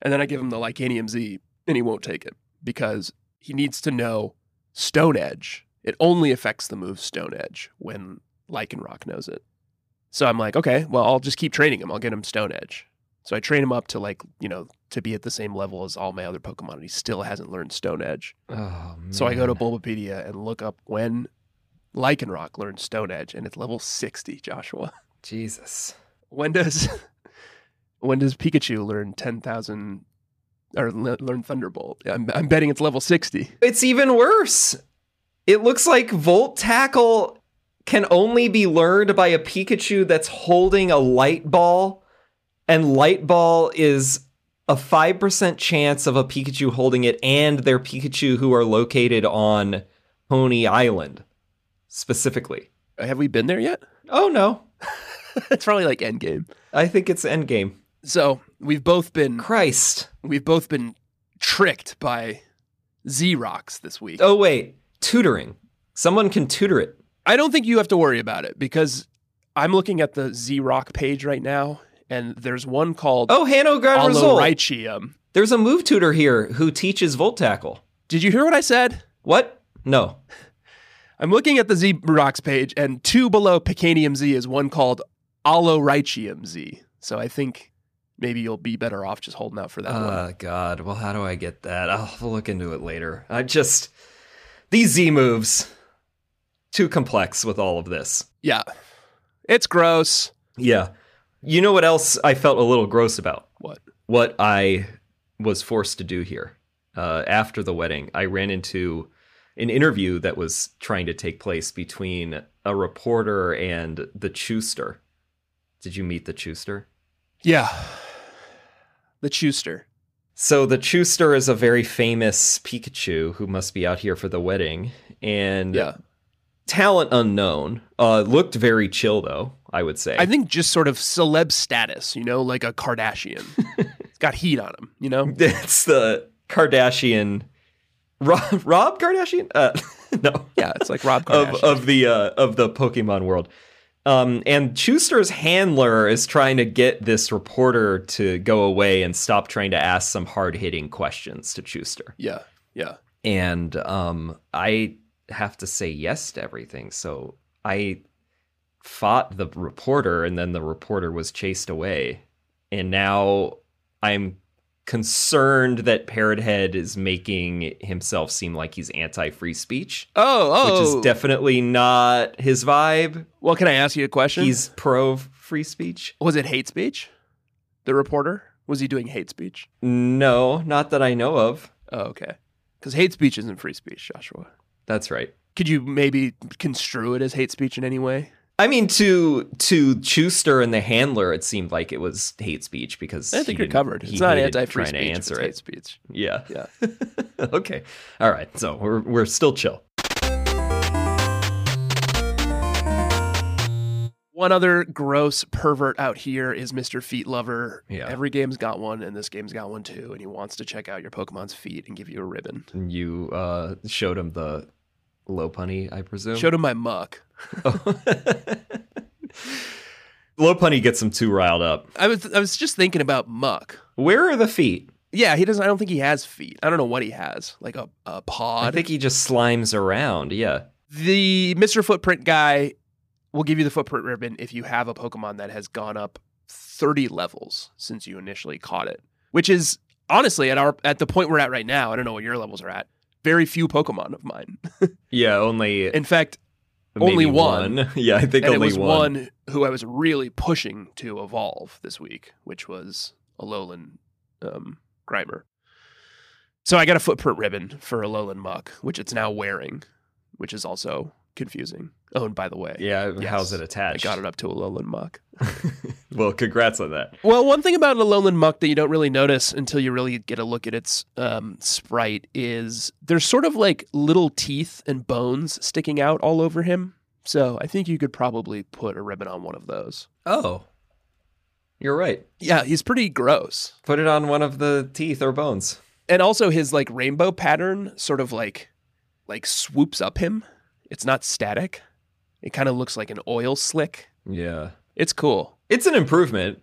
[SPEAKER 1] and then I give him the Lycanium Z, and he won't take it because he needs to know Stone Edge. It only affects the move Stone Edge when Lycanroc knows it. So I'm like, okay, well, I'll just keep training him. I'll get him Stone Edge. So I train him up to like, you know, to be at the same level as all my other Pokemon, and he still hasn't learned Stone Edge.
[SPEAKER 2] Oh,
[SPEAKER 1] So I go to
[SPEAKER 2] man.
[SPEAKER 1] Bulbapedia and look up when Lycanroc learned Stone Edge, and it's level 60, Joshua.
[SPEAKER 2] Jesus.
[SPEAKER 1] When does when does Pikachu learn ten thousand or le- learn Thunderbolt? I'm, I'm betting it's level sixty.
[SPEAKER 2] It's even worse. It looks like Volt Tackle can only be learned by a Pikachu that's holding a light ball, and light ball is a 5% chance of a Pikachu holding it and their Pikachu who are located on Pony Island specifically.
[SPEAKER 1] Have we been there yet?
[SPEAKER 2] Oh no.
[SPEAKER 1] it's probably like Endgame.
[SPEAKER 2] I think it's Endgame.
[SPEAKER 1] So we've both been
[SPEAKER 2] Christ.
[SPEAKER 1] we've both been tricked by Xerox this week.
[SPEAKER 2] Oh wait, tutoring. Someone can tutor it.
[SPEAKER 1] I don't think you have to worry about it because I'm looking at the Xerox page right now, and there's one called
[SPEAKER 2] Oh, Hano got a result.
[SPEAKER 1] Alorichium.
[SPEAKER 2] There's a move tutor here who teaches Volt Tackle.
[SPEAKER 1] Did you hear what I said?
[SPEAKER 2] What? No.
[SPEAKER 1] I'm looking at the Z Rocks page, and two below Picanium Z is one called Alorichium Z. So I think maybe you'll be better off just holding out for that one.
[SPEAKER 2] Oh God. Well, how do I get that? I'll have to look into it later. I just these Z moves too complex with all of this.
[SPEAKER 1] Yeah. It's gross.
[SPEAKER 2] Yeah. You know what else I felt a little gross about?
[SPEAKER 1] What?
[SPEAKER 2] What I was forced to do here uh, after the wedding, I ran into an interview that was trying to take place between a reporter and the Chewster. Did you meet the Chewster?
[SPEAKER 1] Yeah. The Chewster.
[SPEAKER 2] So the Chewster is a very famous Pikachu who must be out here for the wedding, and
[SPEAKER 1] Yeah.
[SPEAKER 2] talent unknown. Uh, looked very chill though, I would say.
[SPEAKER 1] I think just sort of celeb status, you know, like a Kardashian. it's got heat on him, you know?
[SPEAKER 2] That's the Kardashian, Rob, Rob Kardashian. Uh, no,
[SPEAKER 1] Yeah, it's like Rob Kardashian.
[SPEAKER 2] of of the uh, of the Pokemon world. Um, and Schuster's handler is trying to get this reporter to go away and stop trying to ask some hard hitting questions to Schuster.
[SPEAKER 1] yeah. Yeah.
[SPEAKER 2] And um, I have to say yes to everything. So I fought the reporter, and then the reporter was chased away. And now I'm concerned that Parrothead is making himself seem like he's anti free speech
[SPEAKER 1] Oh, oh.
[SPEAKER 2] which is definitely not his vibe.
[SPEAKER 1] well, can I ask you a question?
[SPEAKER 2] He's pro free speech.
[SPEAKER 1] was it hate speech? The reporter? Was he doing hate speech?
[SPEAKER 2] No, not that I know of.
[SPEAKER 1] Oh, okay. Because hate speech isn't free speech, Joshua.
[SPEAKER 2] That's right.
[SPEAKER 1] Could you maybe construe it as hate speech in any way?
[SPEAKER 2] I mean, to to Schuster and the handler, it seemed like it was hate speech because
[SPEAKER 1] I think
[SPEAKER 2] he
[SPEAKER 1] you're
[SPEAKER 2] didn't-
[SPEAKER 1] covered.
[SPEAKER 2] he
[SPEAKER 1] It's not
[SPEAKER 2] hated
[SPEAKER 1] anti-free
[SPEAKER 2] trying
[SPEAKER 1] speech.
[SPEAKER 2] to
[SPEAKER 1] if
[SPEAKER 2] answer
[SPEAKER 1] it's
[SPEAKER 2] it.
[SPEAKER 1] hate speech.
[SPEAKER 2] Yeah.
[SPEAKER 1] Yeah.
[SPEAKER 2] okay. All right. So we're we're still chill.
[SPEAKER 1] One other gross pervert out here is Mr. Feet Lover.
[SPEAKER 2] Yeah.
[SPEAKER 1] Every game's got one, and this game's got one too, and he wants to check out your Pokemon's feet and give you a ribbon.
[SPEAKER 2] And you uh, showed him the low punny, I presume.
[SPEAKER 1] Showed him my muck.
[SPEAKER 2] low punny gets him too riled up.
[SPEAKER 1] I was I was just thinking about muck.
[SPEAKER 2] Where are the feet?
[SPEAKER 1] Yeah, he doesn't. I don't think he has feet. I don't know what he has, like a a
[SPEAKER 2] I
[SPEAKER 1] pod.
[SPEAKER 2] think he just slimes around. Yeah.
[SPEAKER 1] the Mr. Footprint guy will give you the footprint ribbon if you have a Pokemon that has gone up 30 levels since you initially caught it, which is honestly at our at the point we're at right now. I don't know what your levels are at. Very few Pokemon of mine.
[SPEAKER 2] Yeah, only
[SPEAKER 1] In fact,
[SPEAKER 2] maybe
[SPEAKER 1] only one.
[SPEAKER 2] Yeah, I think
[SPEAKER 1] and it
[SPEAKER 2] only
[SPEAKER 1] was one who I was really pushing to evolve this week, which was Alolan um, Grimer. So I got a footprint ribbon for Alolan Muck, which it's now wearing, which is also confusing. Oh, and by the way,
[SPEAKER 2] Yeah, how's
[SPEAKER 1] Yes.
[SPEAKER 2] it
[SPEAKER 1] I
[SPEAKER 2] attached?
[SPEAKER 1] got it up to Alolan Muck.
[SPEAKER 2] Well, congrats on that.
[SPEAKER 1] Well, one thing about Alolan Muck that you don't really notice until you really get a look at its um, sprite is there's sort of like little teeth and bones sticking out all over him. So I think you could probably put a ribbon on one of those.
[SPEAKER 2] Oh, you're right.
[SPEAKER 1] Yeah, he's pretty gross.
[SPEAKER 2] Put it on one of the teeth or bones.
[SPEAKER 1] And also his like rainbow pattern sort of like like swoops up him. It's not static. It kind of looks like an oil slick.
[SPEAKER 2] Yeah.
[SPEAKER 1] It's cool.
[SPEAKER 2] It's an improvement,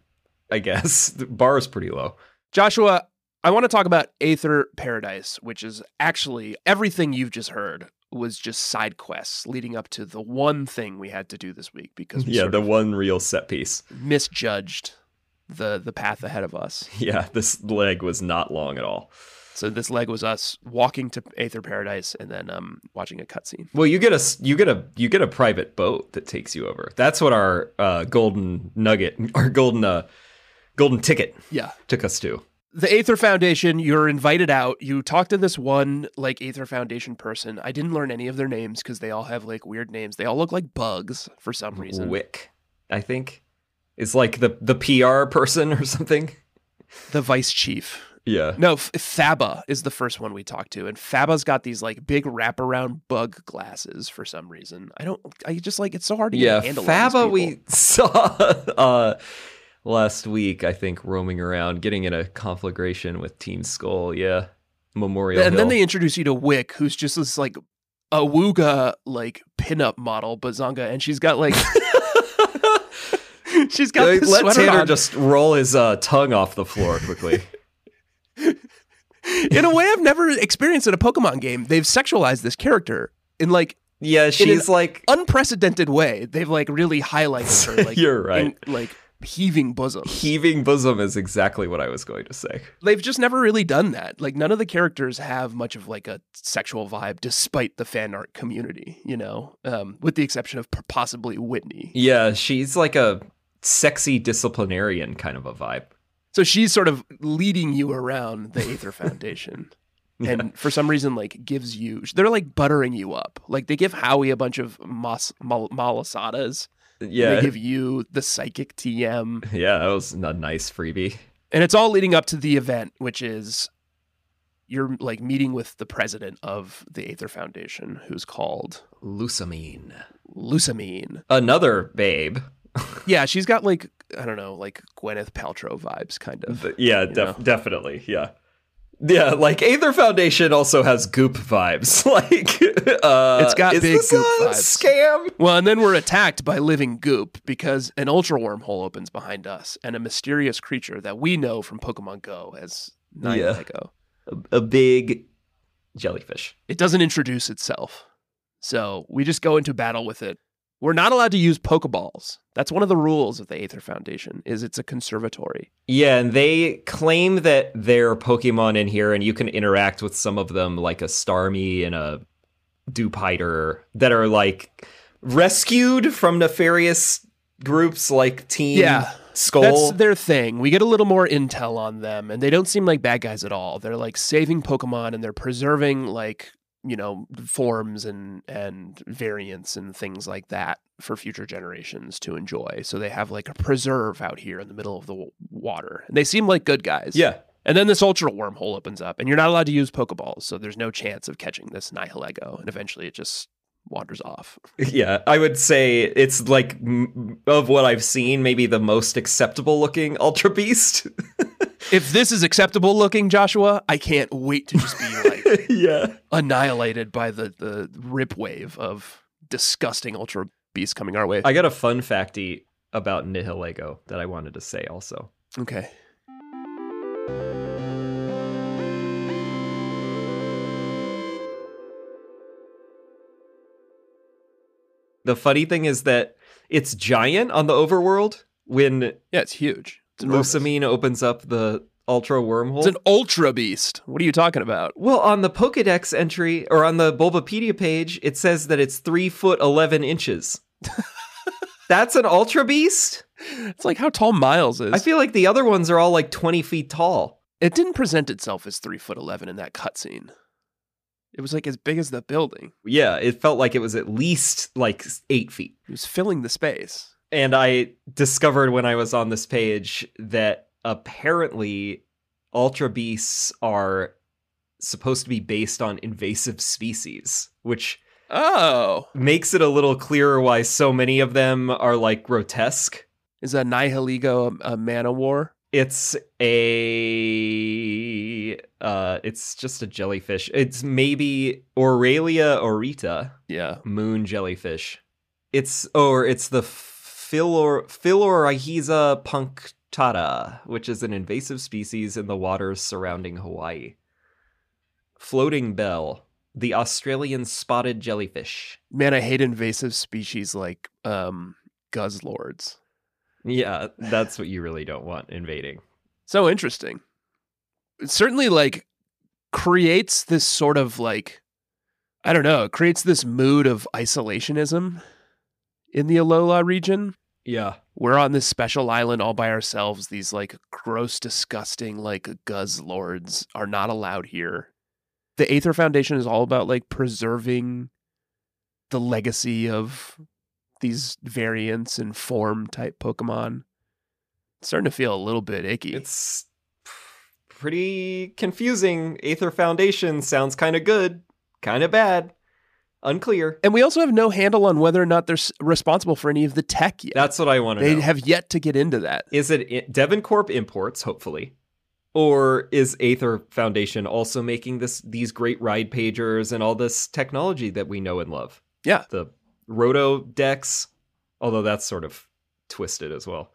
[SPEAKER 2] I guess. The bar is pretty low.
[SPEAKER 1] Joshua, I want to talk about Aether Paradise, which is actually everything you've just heard was just side quests leading up to the one thing we had to do this week because we
[SPEAKER 2] Yeah,
[SPEAKER 1] sort
[SPEAKER 2] the
[SPEAKER 1] of
[SPEAKER 2] one real set piece.
[SPEAKER 1] misjudged the the path ahead of us.
[SPEAKER 2] Yeah, this leg was not long at all.
[SPEAKER 1] So this leg was us walking to Aether Paradise and then um, watching a cutscene.
[SPEAKER 2] Well, you get a s- you get a you get a private boat that takes you over. That's what our uh, golden nugget, our golden uh, golden ticket
[SPEAKER 1] Yeah.
[SPEAKER 2] took us to.
[SPEAKER 1] the Aether Foundation, you're invited out. You talk to this one like Aether Foundation person. I didn't learn any of their names because they all have like weird names. They all look like bugs for some reason.
[SPEAKER 2] Wick, I think, is like the the PR person or something.
[SPEAKER 1] The vice chief.
[SPEAKER 2] Yeah,
[SPEAKER 1] No, F- Faba is the first one we talked to, and Faba's got these like big wraparound bug glasses for some reason. I don't. I just like it's so hard to get
[SPEAKER 2] yeah.
[SPEAKER 1] a handle.
[SPEAKER 2] Faba,
[SPEAKER 1] on these
[SPEAKER 2] we
[SPEAKER 1] people.
[SPEAKER 2] saw uh, last week. I think roaming around, getting in a conflagration with Team Skull. Yeah, Memorial.
[SPEAKER 1] And then
[SPEAKER 2] Hill.
[SPEAKER 1] they introduce you to Wick, who's just this like awooga like pinup model bazanga, and she's got like. She's got
[SPEAKER 2] They
[SPEAKER 1] this
[SPEAKER 2] let
[SPEAKER 1] sweater
[SPEAKER 2] Tanner
[SPEAKER 1] on.
[SPEAKER 2] just roll his uh, tongue off the floor quickly.
[SPEAKER 1] in a way I've never experienced in a Pokemon game. They've sexualized this character in like
[SPEAKER 2] yeah, she's like
[SPEAKER 1] unprecedented way. They've like really highlighted her like
[SPEAKER 2] You're right.
[SPEAKER 1] in, like heaving bosom.
[SPEAKER 2] heaving bosom is exactly what I was going to say.
[SPEAKER 1] They've just never really done that. Like none of the characters have much of like a sexual vibe despite the fan art community, you know. Um with the exception of p- possibly Whitney.
[SPEAKER 2] Yeah, she's like a sexy disciplinarian kind of a vibe.
[SPEAKER 1] So she's sort of leading you around the Aether Foundation. And for some reason, like gives you, they're like buttering you up. Like they give Howie a bunch of mas, mal, malasadas.
[SPEAKER 2] Yeah,
[SPEAKER 1] They give you the psychic TM.
[SPEAKER 2] yeah, that was a nice freebie.
[SPEAKER 1] And it's all leading up to the event, which is you're like meeting with the president of the Aether Foundation, who's called
[SPEAKER 2] Lusamine,
[SPEAKER 1] Lusamine.
[SPEAKER 2] another babe.
[SPEAKER 1] Yeah, she's got like, I don't know, like Gwyneth Paltrow vibes, kind of.
[SPEAKER 2] But yeah,
[SPEAKER 1] know.
[SPEAKER 2] def- definitely. Yeah. Yeah, like Aether Foundation also has goop vibes. like, uh,
[SPEAKER 1] It's got
[SPEAKER 2] is
[SPEAKER 1] big
[SPEAKER 2] this
[SPEAKER 1] Goop
[SPEAKER 2] a
[SPEAKER 1] vibes.
[SPEAKER 2] scam?
[SPEAKER 1] Well, and then we're attacked by living goop because an ultra wormhole opens behind us and a mysterious creature that we know from Pokemon Go as
[SPEAKER 2] Yeah.
[SPEAKER 1] Nihilego.
[SPEAKER 2] A, a big jellyfish.
[SPEAKER 1] It doesn't introduce itself. So we just go into battle with it. We're not allowed to use Pokeballs. That's one of the rules of the Aether Foundation is it's a conservatory.
[SPEAKER 2] Yeah, and they claim that there are Pokemon in here, and you can interact with some of them, like a Starmie and a Dupiter, that are like rescued from nefarious groups like Team
[SPEAKER 1] Yeah.
[SPEAKER 2] Skull.
[SPEAKER 1] That's their thing. We get a little more intel on them and they don't seem like bad guys at all. They're like saving Pokemon and they're preserving like, you know, forms and and variants and things like that for future generations to enjoy. So they have like a preserve out here in the middle of the w- water. And they seem like good guys.
[SPEAKER 2] yeah,
[SPEAKER 1] And then this ultra wormhole opens up, and you're not allowed to use Pokeballs, so there's no chance of catching this Nihilego. And eventually it just wanders off.
[SPEAKER 2] Yeah, I would say it's like m- of what I've seen, maybe the most acceptable looking Ultra Beast.
[SPEAKER 1] If this is acceptable looking, Joshua, I can't wait to just be like
[SPEAKER 2] yeah.
[SPEAKER 1] annihilated by the the rip wave of disgusting ultra beasts coming our way.
[SPEAKER 2] I got a fun facty about Nihilego that I wanted to say also.
[SPEAKER 1] okay.
[SPEAKER 2] The funny thing is that it's giant on the overworld when
[SPEAKER 1] Yeah, it's huge. It's enormous.
[SPEAKER 2] Lusamine opens up the Ultra Wormhole.
[SPEAKER 1] It's an ultra beast. What are you talking about?
[SPEAKER 2] Well, on the Pokedex entry or on the Bulbapedia page, it says that it's three foot eleven inches. That's an Ultra Beast.
[SPEAKER 1] It's like how tall Miles is.
[SPEAKER 2] I feel like the other ones are all like twenty feet tall.
[SPEAKER 1] it didn't present itself as three foot eleven in that cutscene. It was like as big as the building.
[SPEAKER 2] Yeah, it felt like it was at least like eight feet.
[SPEAKER 1] It was filling the space.
[SPEAKER 2] And I discovered when I was on this page that apparently Ultra Beasts are supposed to be based on invasive species, which
[SPEAKER 1] Oh,
[SPEAKER 2] makes it a little clearer why so many of them are like grotesque.
[SPEAKER 1] is a Nihiligo a, a man o' war?
[SPEAKER 2] It's a uh it's just a jellyfish. It's maybe Aurelia aurita,
[SPEAKER 1] Yeah,
[SPEAKER 2] moon jellyfish. It's or it's the Philor Philorhiza punctata, which is an invasive species in the waters surrounding Hawaii. Floating bell, the Australian spotted jellyfish.
[SPEAKER 1] man, I hate invasive species like um, guzzlords.
[SPEAKER 2] Yeah, that's what you really don't want invading.
[SPEAKER 1] So interesting. It certainly like creates this sort of like I don't know, it creates this mood of isolationism in the Alola region.
[SPEAKER 2] Yeah.
[SPEAKER 1] We're on this special island all by ourselves. These like gross, disgusting, like guz lords are not allowed here. The Aether Foundation is all about like preserving the legacy of these variants and form type Pokemon. It's starting to feel a little bit icky.
[SPEAKER 2] E-, It's p- pretty confusing. Aether Foundation sounds kind of good, kind of bad, unclear.
[SPEAKER 1] And we also have no handle on whether or not they're s- responsible for any of the tech yet.
[SPEAKER 2] That's what I want to
[SPEAKER 1] they
[SPEAKER 2] know.
[SPEAKER 1] have yet to get into that.
[SPEAKER 2] is it I- Devon Corp imports, hopefully? Or is Aether Foundation also making this these great ride pagers and all this technology that we know and love?
[SPEAKER 1] Yeah.
[SPEAKER 2] The roto decks, although that's sort of twisted as well.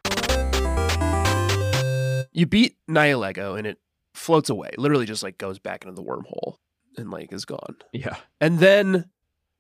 [SPEAKER 1] You beat Nihilego and it floats away, literally just like goes back into the wormhole and like is gone.
[SPEAKER 2] Yeah.
[SPEAKER 1] And then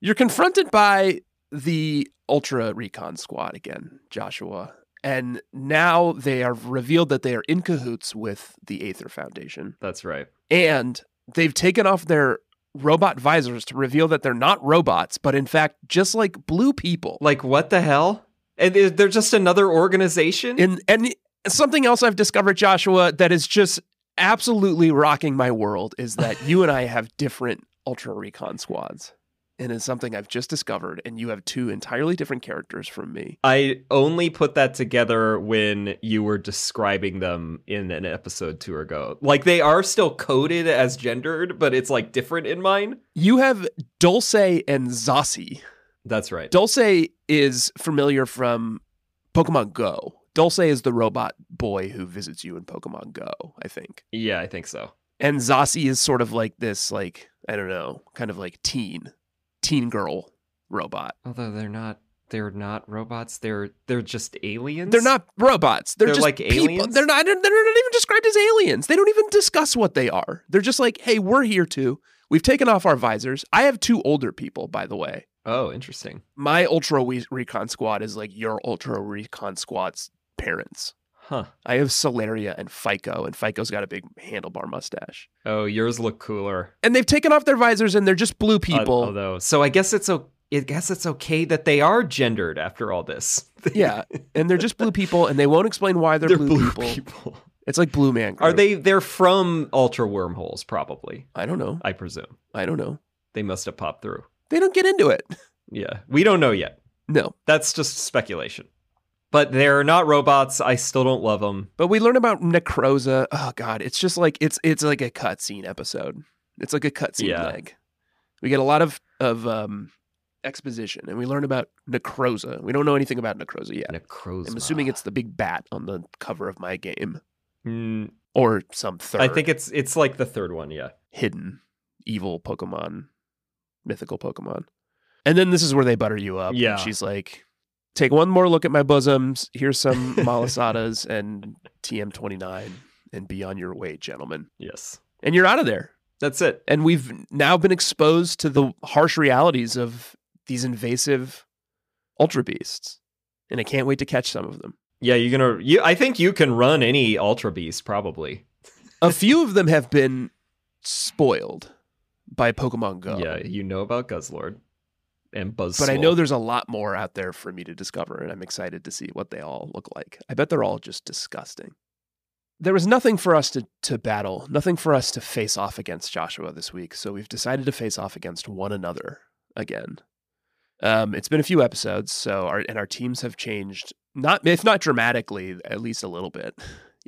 [SPEAKER 1] you're confronted by the Ultra Recon Squad again, Joshua. And now they are revealed that they are in cahoots with the Aether Foundation.
[SPEAKER 2] That's right.
[SPEAKER 1] and they've taken off their robot visors to reveal that they're not robots, but in fact, just like blue people.
[SPEAKER 2] Like what the hell? And they're they're just another organization?
[SPEAKER 1] And and something else I've discovered, Joshua, that is just absolutely rocking my world is that you and I have different ultra recon squads. And it's something I've just discovered, and you have two entirely different characters from me.
[SPEAKER 2] I only put that together when you were describing them in an episode two ago. Like they are still coded as gendered, but it's like different in mine.
[SPEAKER 1] You have Dulce and Zossi.
[SPEAKER 2] That's right.
[SPEAKER 1] Dulce is familiar from Pokemon Go. Dulce is the robot boy who visits you in Pokemon Go, I think.
[SPEAKER 2] Yeah, I think so.
[SPEAKER 1] And Zossi is sort of like this, like, I don't know, kind of like teen, teen girl robot.
[SPEAKER 2] Although they're not they're not robots. They're they're just aliens.
[SPEAKER 1] They're not robots. They're,
[SPEAKER 2] They're
[SPEAKER 1] just
[SPEAKER 2] like
[SPEAKER 1] people.
[SPEAKER 2] aliens?
[SPEAKER 1] They're not. They're not even described as aliens. They don't even discuss what they are. They're just like, hey, we're here too. We've taken off our visors. I have two older people, by the way.
[SPEAKER 2] Oh, interesting.
[SPEAKER 1] My Ultra We- Recon Squad is like your Ultra Recon Squad's parents.
[SPEAKER 2] Huh.
[SPEAKER 1] I have Solaria and Fico, and Fico's got a big handlebar mustache.
[SPEAKER 2] Oh, yours look cooler.
[SPEAKER 1] And they've taken off their visors and they're just blue
[SPEAKER 2] Uh,
[SPEAKER 1] people.
[SPEAKER 2] although, so I guess it's o- I guess it's okay that they are gendered after all this.
[SPEAKER 1] yeah. And they're just blue people and they won't explain why they're, blue, people.
[SPEAKER 2] people.
[SPEAKER 1] It's like Blue Man
[SPEAKER 2] Are
[SPEAKER 1] Group.
[SPEAKER 2] they? They're from Ultra Wormholes, probably.
[SPEAKER 1] I don't know.
[SPEAKER 2] I presume
[SPEAKER 1] I don't know.
[SPEAKER 2] they must have popped through.
[SPEAKER 1] They don't get into it.
[SPEAKER 2] Yeah, we don't know yet.
[SPEAKER 1] No.
[SPEAKER 2] That's just speculation. But they're not robots. I still don't love them.
[SPEAKER 1] But we learn about Necroza. Oh god, it's just like it's it's like a cutscene episode. It's like a cutscene
[SPEAKER 2] Yeah.
[SPEAKER 1] leg. We get a lot of of um exposition and we learn about Necroza. We don't know anything about Necroza yet.
[SPEAKER 2] Necrozma.
[SPEAKER 1] I'm assuming it's the big bat on the cover of my game
[SPEAKER 2] Mm,
[SPEAKER 1] or some third
[SPEAKER 2] I think it's it's like the third one. Yeah.
[SPEAKER 1] hidden evil Pokemon, mythical Pokemon. And then this is where they butter you up. and
[SPEAKER 2] Yeah.
[SPEAKER 1] she's like, take one more look at my bosoms. Here's some Malasadas and TM29 and be on your way, gentlemen.
[SPEAKER 2] Yes.
[SPEAKER 1] And you're out of there.
[SPEAKER 2] That's it.
[SPEAKER 1] And we've now been exposed to the harsh realities of these invasive ultra beasts. And I can't wait to catch some of them.
[SPEAKER 2] Yeah, you're gonna. You, I think you can run any Ultra Beast probably.
[SPEAKER 1] A few of them have been spoiled by Pokemon Go.
[SPEAKER 2] Yeah, you know about Guzzlord and Buzz.
[SPEAKER 1] But I know there's a lot more out there for me to discover, and I'm excited to see what they all look like. I bet they're all just disgusting. There was nothing for us to, to battle, nothing for us to face off against Joshua this week, so we've decided to face off against one another again. Um, it's been a few episodes, so our and our teams have changed, not if not dramatically, at least a little bit.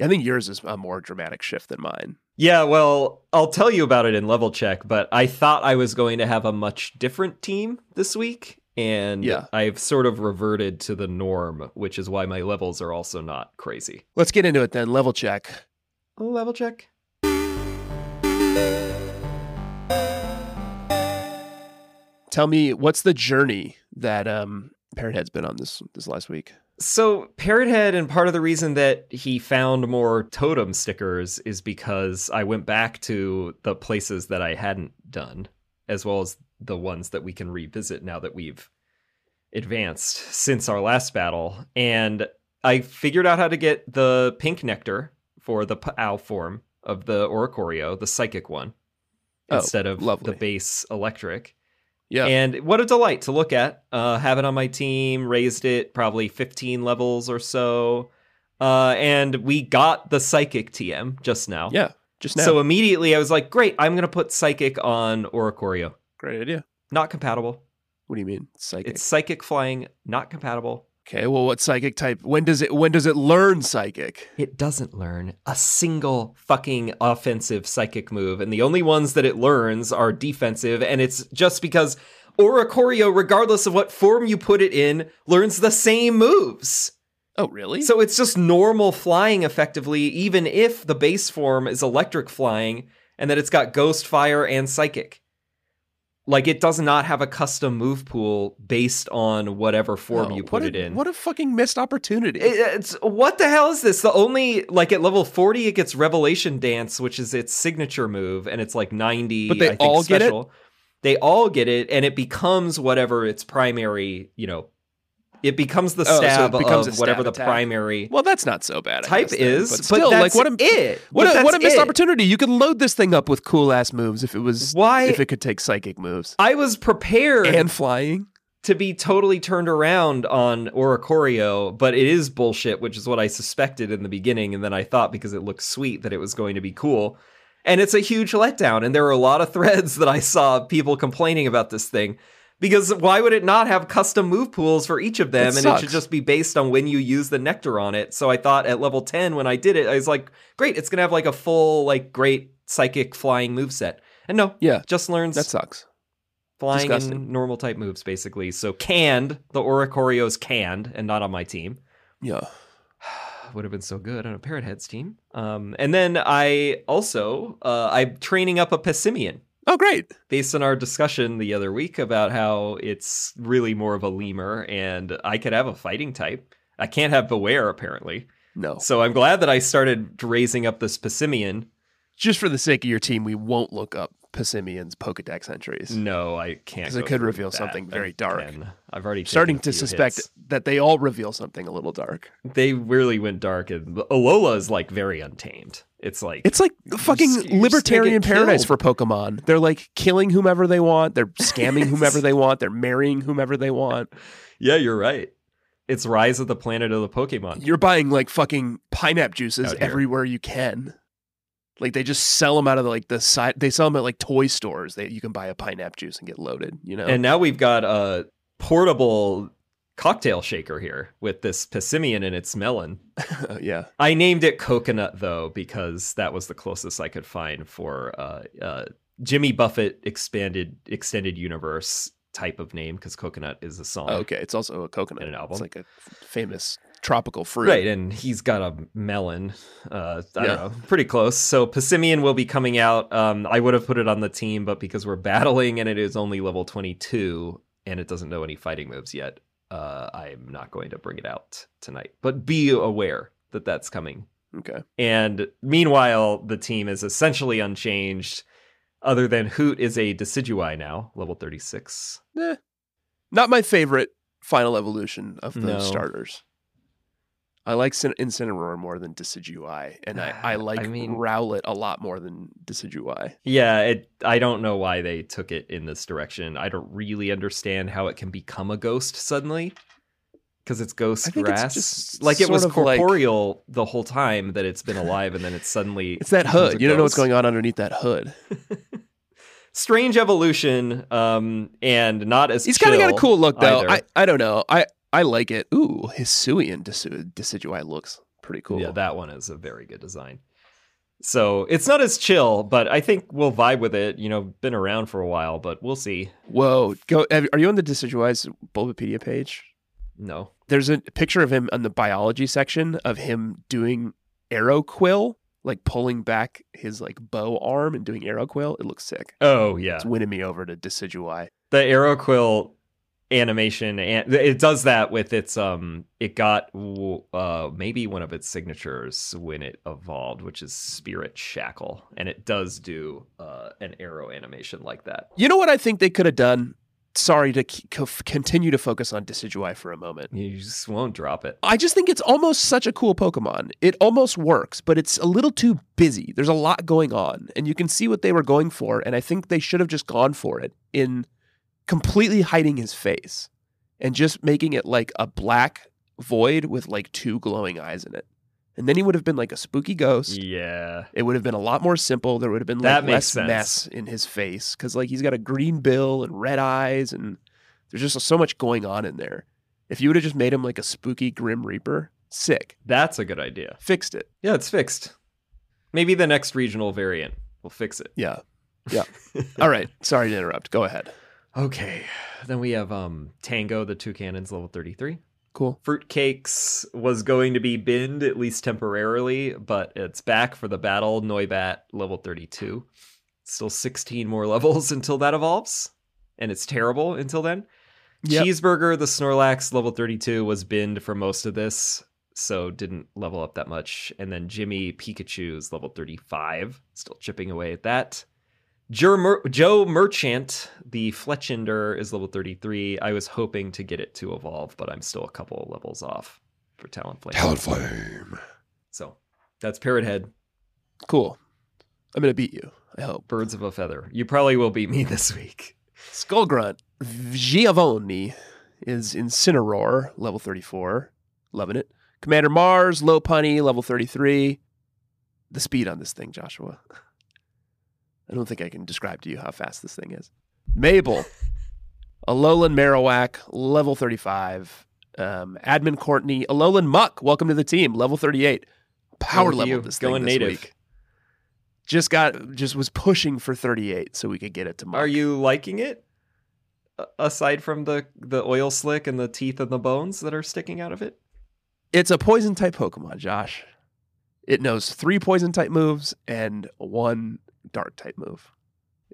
[SPEAKER 1] I think yours is a more dramatic shift than mine.
[SPEAKER 2] Yeah, well, I'll tell you about it in level check, but I thought I was going to have a much different team this week, and
[SPEAKER 1] Yeah.
[SPEAKER 2] I've sort of reverted to the norm, which is why my levels are also not crazy.
[SPEAKER 1] Let's get into it then. Level check.
[SPEAKER 2] Level check.
[SPEAKER 1] Tell me what's the journey that um Parrot has been on this this last week.
[SPEAKER 2] So, Parrothead, and part of the reason that he found more totem stickers is because I went back to the places that I hadn't done, as well as the ones that we can revisit now that we've advanced since our last battle. And I figured out how to get the pink nectar for the Pa'au form of the Oricorio, the psychic one,
[SPEAKER 1] Oh,
[SPEAKER 2] instead of
[SPEAKER 1] lovely.
[SPEAKER 2] the base electric.
[SPEAKER 1] Yeah.
[SPEAKER 2] And what a delight to look at. Uh, have it on my team, raised it probably 15 levels or so. Uh, and we got the psychic TM just now.
[SPEAKER 1] yeah. Just now.
[SPEAKER 2] So immediately I was like, great, I'm going to put psychic on Oricorio.
[SPEAKER 1] great idea.
[SPEAKER 2] Not compatible.
[SPEAKER 1] What do you mean? Psychic.
[SPEAKER 2] It's psychic flying, not compatible.
[SPEAKER 1] okay, well what psychic type when does it when does it learn psychic?
[SPEAKER 2] It doesn't learn a single fucking offensive psychic move, and the only ones that it learns are defensive, and it's just because Oricorio, regardless of what form you put it in, learns the same moves.
[SPEAKER 1] Oh really?
[SPEAKER 2] So it's just normal flying effectively, even if the base form is electric flying and that it's got ghost, fire, and psychic. Like it does not have a custom move pool based on whatever form
[SPEAKER 1] No,
[SPEAKER 2] you
[SPEAKER 1] what
[SPEAKER 2] put
[SPEAKER 1] a,
[SPEAKER 2] it in.
[SPEAKER 1] What a fucking missed opportunity.
[SPEAKER 2] It- it's what the hell is this? The only like at level forty, it gets Revelation Dance, which is its signature move, and it's like ninety.
[SPEAKER 1] But they
[SPEAKER 2] I think,
[SPEAKER 1] all get it?
[SPEAKER 2] special. They all get it, and it becomes whatever its primary. You know, it becomes the
[SPEAKER 1] Oh, so it
[SPEAKER 2] stab
[SPEAKER 1] becomes a
[SPEAKER 2] of whatever
[SPEAKER 1] stab
[SPEAKER 2] the
[SPEAKER 1] attack.
[SPEAKER 2] primary
[SPEAKER 1] well, that's not so bad. I
[SPEAKER 2] type
[SPEAKER 1] guess, then,
[SPEAKER 2] is.
[SPEAKER 1] but still, like
[SPEAKER 2] that's
[SPEAKER 1] what a
[SPEAKER 2] it.
[SPEAKER 1] what
[SPEAKER 2] But
[SPEAKER 1] a what a
[SPEAKER 2] that's
[SPEAKER 1] missed
[SPEAKER 2] it.
[SPEAKER 1] opportunity. You could load this thing up with cool ass moves if it was
[SPEAKER 2] Why-
[SPEAKER 1] if it could take psychic moves
[SPEAKER 2] I was prepared
[SPEAKER 1] and flying.
[SPEAKER 2] to be totally turned around on Oricorio, but it is bullshit, which is what I suspected in the beginning. And then I thought because it looked sweet that it was going to be cool. And it's a huge letdown. And there are a lot of threads that I saw of people complaining about this thing. Because why would it not have custom move pools for each of them?
[SPEAKER 1] It
[SPEAKER 2] and it should
[SPEAKER 1] sucks.
[SPEAKER 2] just be based on when you use the nectar on it. So I thought at level 10 when I did it, I was like, great, it's gonna have like a full, like great psychic flying moveset. And no,
[SPEAKER 1] Yeah.
[SPEAKER 2] just learns
[SPEAKER 1] That sucks.
[SPEAKER 2] flying
[SPEAKER 1] Disgusting.
[SPEAKER 2] in normal type moves basically so canned the oricorio's canned and not on my team
[SPEAKER 1] Yeah.
[SPEAKER 2] would have been so good on a parrot heads team um, and then i also uh, i'm training up a pessimian
[SPEAKER 1] Oh great.
[SPEAKER 2] based on our discussion the other week about how it's really more of a lemur and i could have a fighting type i can't have beware apparently
[SPEAKER 1] No.
[SPEAKER 2] so i'm glad that i started raising up this pessimian
[SPEAKER 1] just for the sake of your team, we won't look up Passimian's Pokedex entries.
[SPEAKER 2] no i can't
[SPEAKER 1] 'Cause it
[SPEAKER 2] go
[SPEAKER 1] could
[SPEAKER 2] through
[SPEAKER 1] reveal
[SPEAKER 2] that
[SPEAKER 1] something very dark.
[SPEAKER 2] again. i've already taken
[SPEAKER 1] Starting
[SPEAKER 2] a
[SPEAKER 1] to
[SPEAKER 2] few
[SPEAKER 1] suspect
[SPEAKER 2] hits.
[SPEAKER 1] that they all reveal something a little dark.
[SPEAKER 2] they really went dark and Alola is like very untamed. It's like
[SPEAKER 1] It's like fucking
[SPEAKER 2] just- you're just
[SPEAKER 1] libertarian
[SPEAKER 2] gonna get
[SPEAKER 1] paradise for
[SPEAKER 2] killed.
[SPEAKER 1] Pokemon. They're like killing whomever they want, they're scamming whomever they want, they're marrying whomever they want.
[SPEAKER 2] yeah, you're right. It's Rise of the Planet of the Pokemon.
[SPEAKER 1] You're buying like fucking pineapple juices
[SPEAKER 2] Out here.
[SPEAKER 1] everywhere you can. Like they just sell them out of like the side. They sell them at like toy stores. That you can buy a pineapple juice and get loaded. You know.
[SPEAKER 2] And now we've got a portable cocktail shaker here with this Pessimian and its melon.
[SPEAKER 1] yeah.
[SPEAKER 2] I named it Coconut though because that was the closest I could find for uh, uh, Jimmy Buffett expanded extended universe type of name because coconut is a song.
[SPEAKER 1] okay, it's also a coconut.
[SPEAKER 2] In an album.
[SPEAKER 1] It's like a f- famous tropical fruit.
[SPEAKER 2] Right, and he's got a melon. Uh, I
[SPEAKER 1] Yeah.
[SPEAKER 2] don't know, pretty close. So Passimian will be coming out. Um, I would have put it on the team, but because we're battling and it is only level 22 and it doesn't know any fighting moves yet, uh, I'm not going to bring it out tonight. But be aware that that's coming.
[SPEAKER 1] Okay.
[SPEAKER 2] And meanwhile, the team is essentially unchanged, other than Hoot is a Decidueye now, level 36.
[SPEAKER 1] Eh, not my favorite final evolution of the
[SPEAKER 2] No.
[SPEAKER 1] starters. I like Cin- Incineroar more than Decidueye, and I, I
[SPEAKER 2] I
[SPEAKER 1] like
[SPEAKER 2] mean-
[SPEAKER 1] Rowlet a lot more than Decidueye.
[SPEAKER 2] Yeah, it, I don't know why they took it in this direction. I don't really understand how it can become a ghost suddenly because it's
[SPEAKER 1] I
[SPEAKER 2] ghost
[SPEAKER 1] think it's
[SPEAKER 2] grass.
[SPEAKER 1] just
[SPEAKER 2] like it was
[SPEAKER 1] sort of like-
[SPEAKER 2] corporeal the whole time that it's been alive, and then it's suddenly
[SPEAKER 1] It's that
[SPEAKER 2] becomes
[SPEAKER 1] hood.
[SPEAKER 2] a
[SPEAKER 1] You don't know what's
[SPEAKER 2] ghost.
[SPEAKER 1] going on underneath that hood.
[SPEAKER 2] Strange evolution, um, and not as
[SPEAKER 1] He's kind of got a
[SPEAKER 2] chill
[SPEAKER 1] cool look though.
[SPEAKER 2] either.
[SPEAKER 1] I, I don't know. I, I like it. Ooh, Hisuian Decidu- Decidueye looks pretty cool.
[SPEAKER 2] Yeah, that one is a very good design. So it's not as chill, but I think we'll vibe with it. You know, been around for a while, but we'll see.
[SPEAKER 1] Whoa, go! have- Are you on the Decidueye's Bulbapedia page?
[SPEAKER 2] No.
[SPEAKER 1] there's a picture of him on the biology section of him doing arrow quill, like pulling back his like bow arm and doing arrow quill. It looks sick.
[SPEAKER 2] Oh yeah,
[SPEAKER 1] It's winning me over to Decidueye.
[SPEAKER 2] the Aeroquill animation, and it does that with its um. It got w- uh maybe one of its signatures when it evolved, which is Spirit Shackle, and it does do uh an arrow animation like that.
[SPEAKER 1] You know what I think they could have done? Sorry to c- co- continue to focus on Decidueye for a moment.
[SPEAKER 2] You just won't drop it.
[SPEAKER 1] I just think it's almost such a cool Pokemon. It almost works, but it's a little too busy. There's a lot going on, and you can see what they were going for, and I think they should have just gone for it in completely hiding his face and just making it like a black void with like two glowing eyes in it. And then he would have been like a spooky ghost.
[SPEAKER 2] Yeah.
[SPEAKER 1] It would have been a lot more simple. There would have been like
[SPEAKER 2] That makes
[SPEAKER 1] less
[SPEAKER 2] sense.
[SPEAKER 1] mess in his face because like he's got a green bill and red eyes, and there's just so much going on in there. If you would have just made him like a spooky Grim Reaper, sick,
[SPEAKER 2] That's a good idea.
[SPEAKER 1] fixed it.
[SPEAKER 2] Yeah, it's fixed. Maybe the next regional variant will fix it.
[SPEAKER 1] Yeah, yeah. All right, sorry to interrupt. Go ahead.
[SPEAKER 2] Okay. Then we have um Tango the Two Cannons level 33.
[SPEAKER 1] Cool.
[SPEAKER 2] Fruitcakes was going to be binned at least temporarily, but it's back for the battle Noibat level 32. Still 16 more levels until that evolves, and it's terrible until then.
[SPEAKER 1] Yep.
[SPEAKER 2] Cheeseburger the Snorlax level 32 was binned for most of this, so didn't level up that much. And then Jimmy Pikachu's level 35, still chipping away at that. Jer- Mer- Joe Merchant, the Fletchender, is level 33. I was hoping to get it to evolve, but I'm still a couple of levels off for Talonflame.
[SPEAKER 1] Talonflame.
[SPEAKER 2] So that's Parrot Head,
[SPEAKER 1] Cool. I'm gonna beat you. I hope.
[SPEAKER 2] Birds of a Feather. You probably will beat me this week.
[SPEAKER 1] Skull Grunt Giovanni is Incineroar, level 34. Loving it. Commander Mars, Low Punny, level 33. The speed on this thing, Joshua. I don't think I can describe to you how fast this thing is. Mabel, Alolan Marowak, level 35. Um, Admin Courtney, Alolan Muck, welcome to the team, level 38. Power
[SPEAKER 2] Going with
[SPEAKER 1] level
[SPEAKER 2] you.
[SPEAKER 1] this
[SPEAKER 2] Going
[SPEAKER 1] thing this
[SPEAKER 2] native.
[SPEAKER 1] week. Just got, just was pushing for 38 so we could get it to Muck.
[SPEAKER 2] Are you liking it? A- Aside from the the oil slick and the teeth and the bones that are sticking out of it?
[SPEAKER 1] It's a poison type Pokemon, Josh. It knows three poison type moves and one dark type move.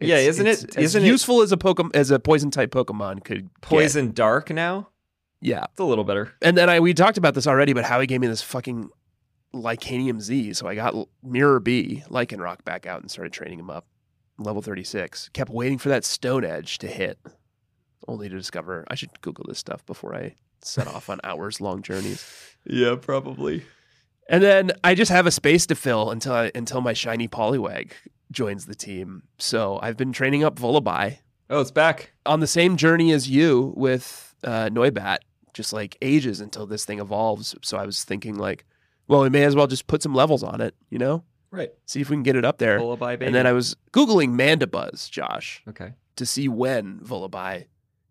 [SPEAKER 2] Yeah, isn't
[SPEAKER 1] it's
[SPEAKER 2] it-
[SPEAKER 1] as
[SPEAKER 2] isn't it-
[SPEAKER 1] useful as a Pokemon as a poison type Pokemon could get.
[SPEAKER 2] Poison dark now?
[SPEAKER 1] Yeah,
[SPEAKER 2] It's a little better.
[SPEAKER 1] and then I we talked about this already, but how he gave me this fucking Lycanium Z, so I got L- Mirror B Lycanroc back out and started training him up. Level thirty six. Kept waiting for that Stone Edge to hit, only to discover I should Google this stuff before I set off on hours long journeys.
[SPEAKER 2] Yeah, probably.
[SPEAKER 1] And then I just have a space to fill until I, until my shiny Poliwag joins the team. So I've been training up Vullaby
[SPEAKER 2] Oh, it's back.
[SPEAKER 1] on the same journey as you with uh, Noibat, just like ages until this thing evolves. So I was thinking like, well, we may as well just put some levels on it, you know,
[SPEAKER 2] Right.
[SPEAKER 1] see if we can get it up there.
[SPEAKER 2] Lullaby Oh, baby.
[SPEAKER 1] And then I was googling Mandibuzz, Josh,
[SPEAKER 2] Okay.
[SPEAKER 1] to see when Vullaby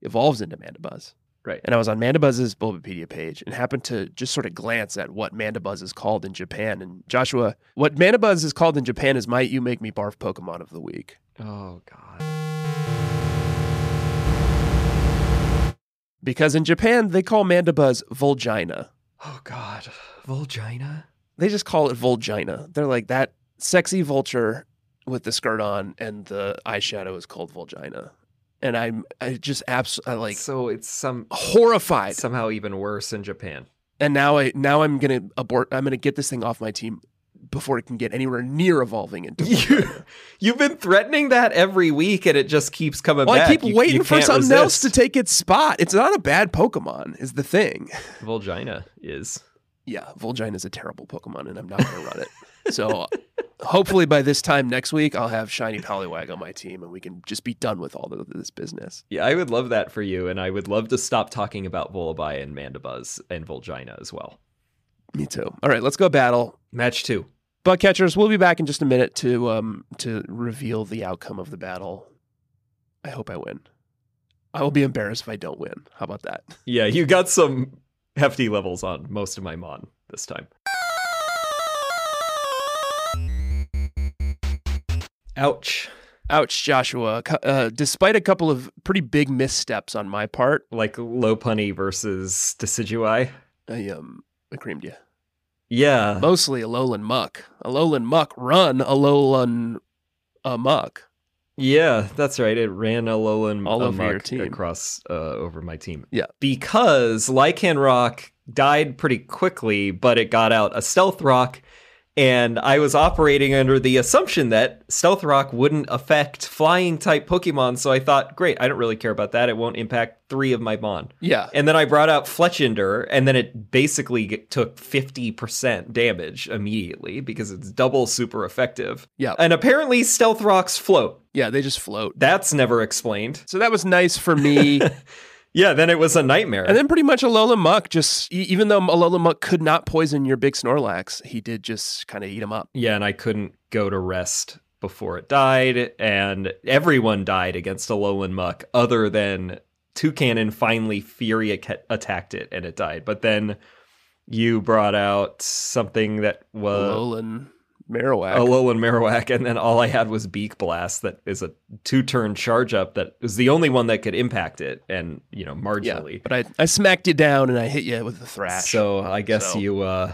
[SPEAKER 1] evolves into Mandibuzz.
[SPEAKER 2] Right.
[SPEAKER 1] And I was on Mandibuzz's Bulbapedia page and happened to just sort of glance at what Mandibuzz is called in Japan. And Joshua, what Mandibuzz is called in Japan is my You Make Me Barf Pokemon of the Week.
[SPEAKER 2] Oh god.
[SPEAKER 1] Because in Japan, they call mandibuzz vulgina.
[SPEAKER 2] Oh God, Volgina.
[SPEAKER 1] They just call it vulgina. They're like that sexy vulture with the skirt on and the eyeshadow is called vulgina. And I'm I just abs- I like
[SPEAKER 2] so it's some
[SPEAKER 1] horrified.
[SPEAKER 2] somehow even worse in Japan.
[SPEAKER 1] And now I now I'm gonna abort. I'm gonna get this thing off my team before it can get anywhere near evolving into.
[SPEAKER 2] You, you've been threatening that every week, and it just keeps coming
[SPEAKER 1] Well,
[SPEAKER 2] back.
[SPEAKER 1] I keep
[SPEAKER 2] You- you
[SPEAKER 1] waiting for
[SPEAKER 2] can't
[SPEAKER 1] something else to
[SPEAKER 2] resist.
[SPEAKER 1] take its spot. It's not a bad Pokemon, is the thing.
[SPEAKER 2] Volgina is.
[SPEAKER 1] Yeah, Volgine is a terrible Pokemon, and I'm not gonna run it. So hopefully by this time next week, I'll have Shiny Poliwag on my team, and we can just be done with all of this business.
[SPEAKER 2] Yeah, I would love that for you, and I would love to stop talking about Volubi and Mandibuzz and Volgina as well.
[SPEAKER 1] Me too. All right, let's go battle.
[SPEAKER 2] Match two.
[SPEAKER 1] Butt catchers, we'll be back in just a minute to um to reveal the outcome of the battle. I hope I win. I will be embarrassed if I don't win. How about that?
[SPEAKER 2] Yeah, you got some hefty levels on most of my mon this time. Ouch.
[SPEAKER 1] Ouch, Joshua. Co- Uh, despite a couple of pretty big missteps on my part,
[SPEAKER 2] Like low punny versus decidui.
[SPEAKER 1] I um I creamed you.
[SPEAKER 2] Yeah.
[SPEAKER 1] Mostly a lowland muck. A lowland muck run a lowland a muck.
[SPEAKER 2] Yeah, that's right. It ran Alolan
[SPEAKER 1] All over your
[SPEAKER 2] amok
[SPEAKER 1] team.
[SPEAKER 2] across uh, over my team.
[SPEAKER 1] Yeah.
[SPEAKER 2] because Lycan Rock died pretty quickly, but it got out a Stealth Rock, and I was operating under the assumption that Stealth Rock wouldn't affect Flying type Pokemon. So I thought, great, I don't really care about that. It won't impact three of my Mon.
[SPEAKER 1] Yeah.
[SPEAKER 2] And then I brought out Fletchender, and then it basically get- took 50% damage immediately because it's double super effective.
[SPEAKER 1] Yeah.
[SPEAKER 2] And apparently, stealth rocks float.
[SPEAKER 1] Yeah, they just float.
[SPEAKER 2] That's never explained.
[SPEAKER 1] So that was nice for me.
[SPEAKER 2] Yeah, then it was a nightmare.
[SPEAKER 1] and then pretty much Alolan Muck just e- even though Alolan Muck could not poison your big Snorlax, he did just kind of eat him up.
[SPEAKER 2] yeah, and I couldn't go to rest before it died, and everyone died against a lowland muck other than Toucan and finally Fury ac- attacked it and it died. But then you brought out something that was
[SPEAKER 1] Alolan Marowak.
[SPEAKER 2] a Alolan Marowak, and then all I had was Beak Blast, that is a two turn charge up that is the only one that could impact it, and you know
[SPEAKER 1] yeah.
[SPEAKER 2] marginally.
[SPEAKER 1] But I, I smacked you down and I hit you with the thrash.
[SPEAKER 2] so I guess
[SPEAKER 1] So-
[SPEAKER 2] you uh,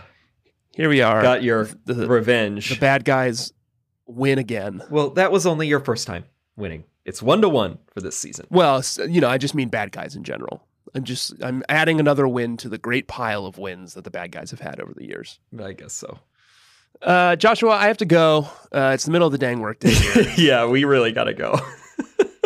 [SPEAKER 1] here we are.
[SPEAKER 2] got your
[SPEAKER 1] the-
[SPEAKER 2] revenge.
[SPEAKER 1] the bad guys win again.
[SPEAKER 2] well, that was only your first time winning. It's one to one for this season.
[SPEAKER 1] Well, s- you know, I just mean bad guys in general. I'm just I'm adding another win to the great pile of wins that the bad guys have had over the years.
[SPEAKER 2] I guess so.
[SPEAKER 1] Uh, Joshua, I have to go. Uh, it's the middle of the dang workday.
[SPEAKER 2] yeah, we really gotta go.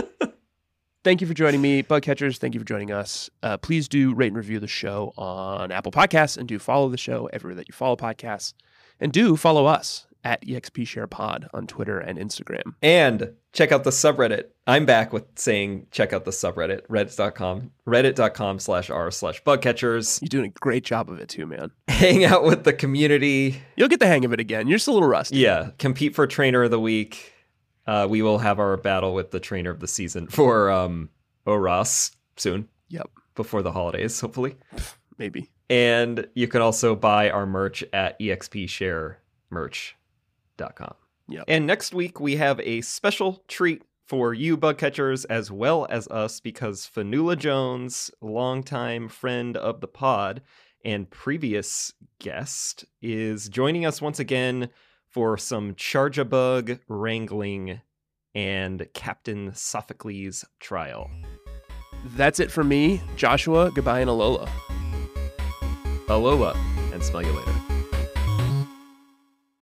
[SPEAKER 1] thank you for joining me, Bug Catchers. Thank you for joining us. Uh, please do rate and review the show on Apple Podcasts and do follow the show everywhere that you follow podcasts. And do follow us at E expsharepod on Twitter and Instagram.
[SPEAKER 2] And check out the subreddit. I'm back with saying check out the subreddit, reddit.com, reddit.com slash r slash bugcatchers.
[SPEAKER 1] You're doing a great job of it too, man.
[SPEAKER 2] Hang out with the community.
[SPEAKER 1] You'll get the hang of it again. You're just a little rusty.
[SPEAKER 2] Yeah, compete for trainer of the week. Uh, we will have our battle with the trainer of the season for um, Oras soon.
[SPEAKER 1] Yep.
[SPEAKER 2] Before the holidays, hopefully.
[SPEAKER 1] Maybe.
[SPEAKER 2] And you can also buy our merch at E expsharemerch.com.
[SPEAKER 1] Yep.
[SPEAKER 2] And next week, we have a special treat for you, bug catchers, as well as us, because Fanula Jones, longtime friend of the pod and previous guest, is joining us once again for some Charge a Bug wrangling and Captain Sophocles trial.
[SPEAKER 1] That's it for me, Joshua. Goodbye and Alola.
[SPEAKER 2] Alola, and smell you later.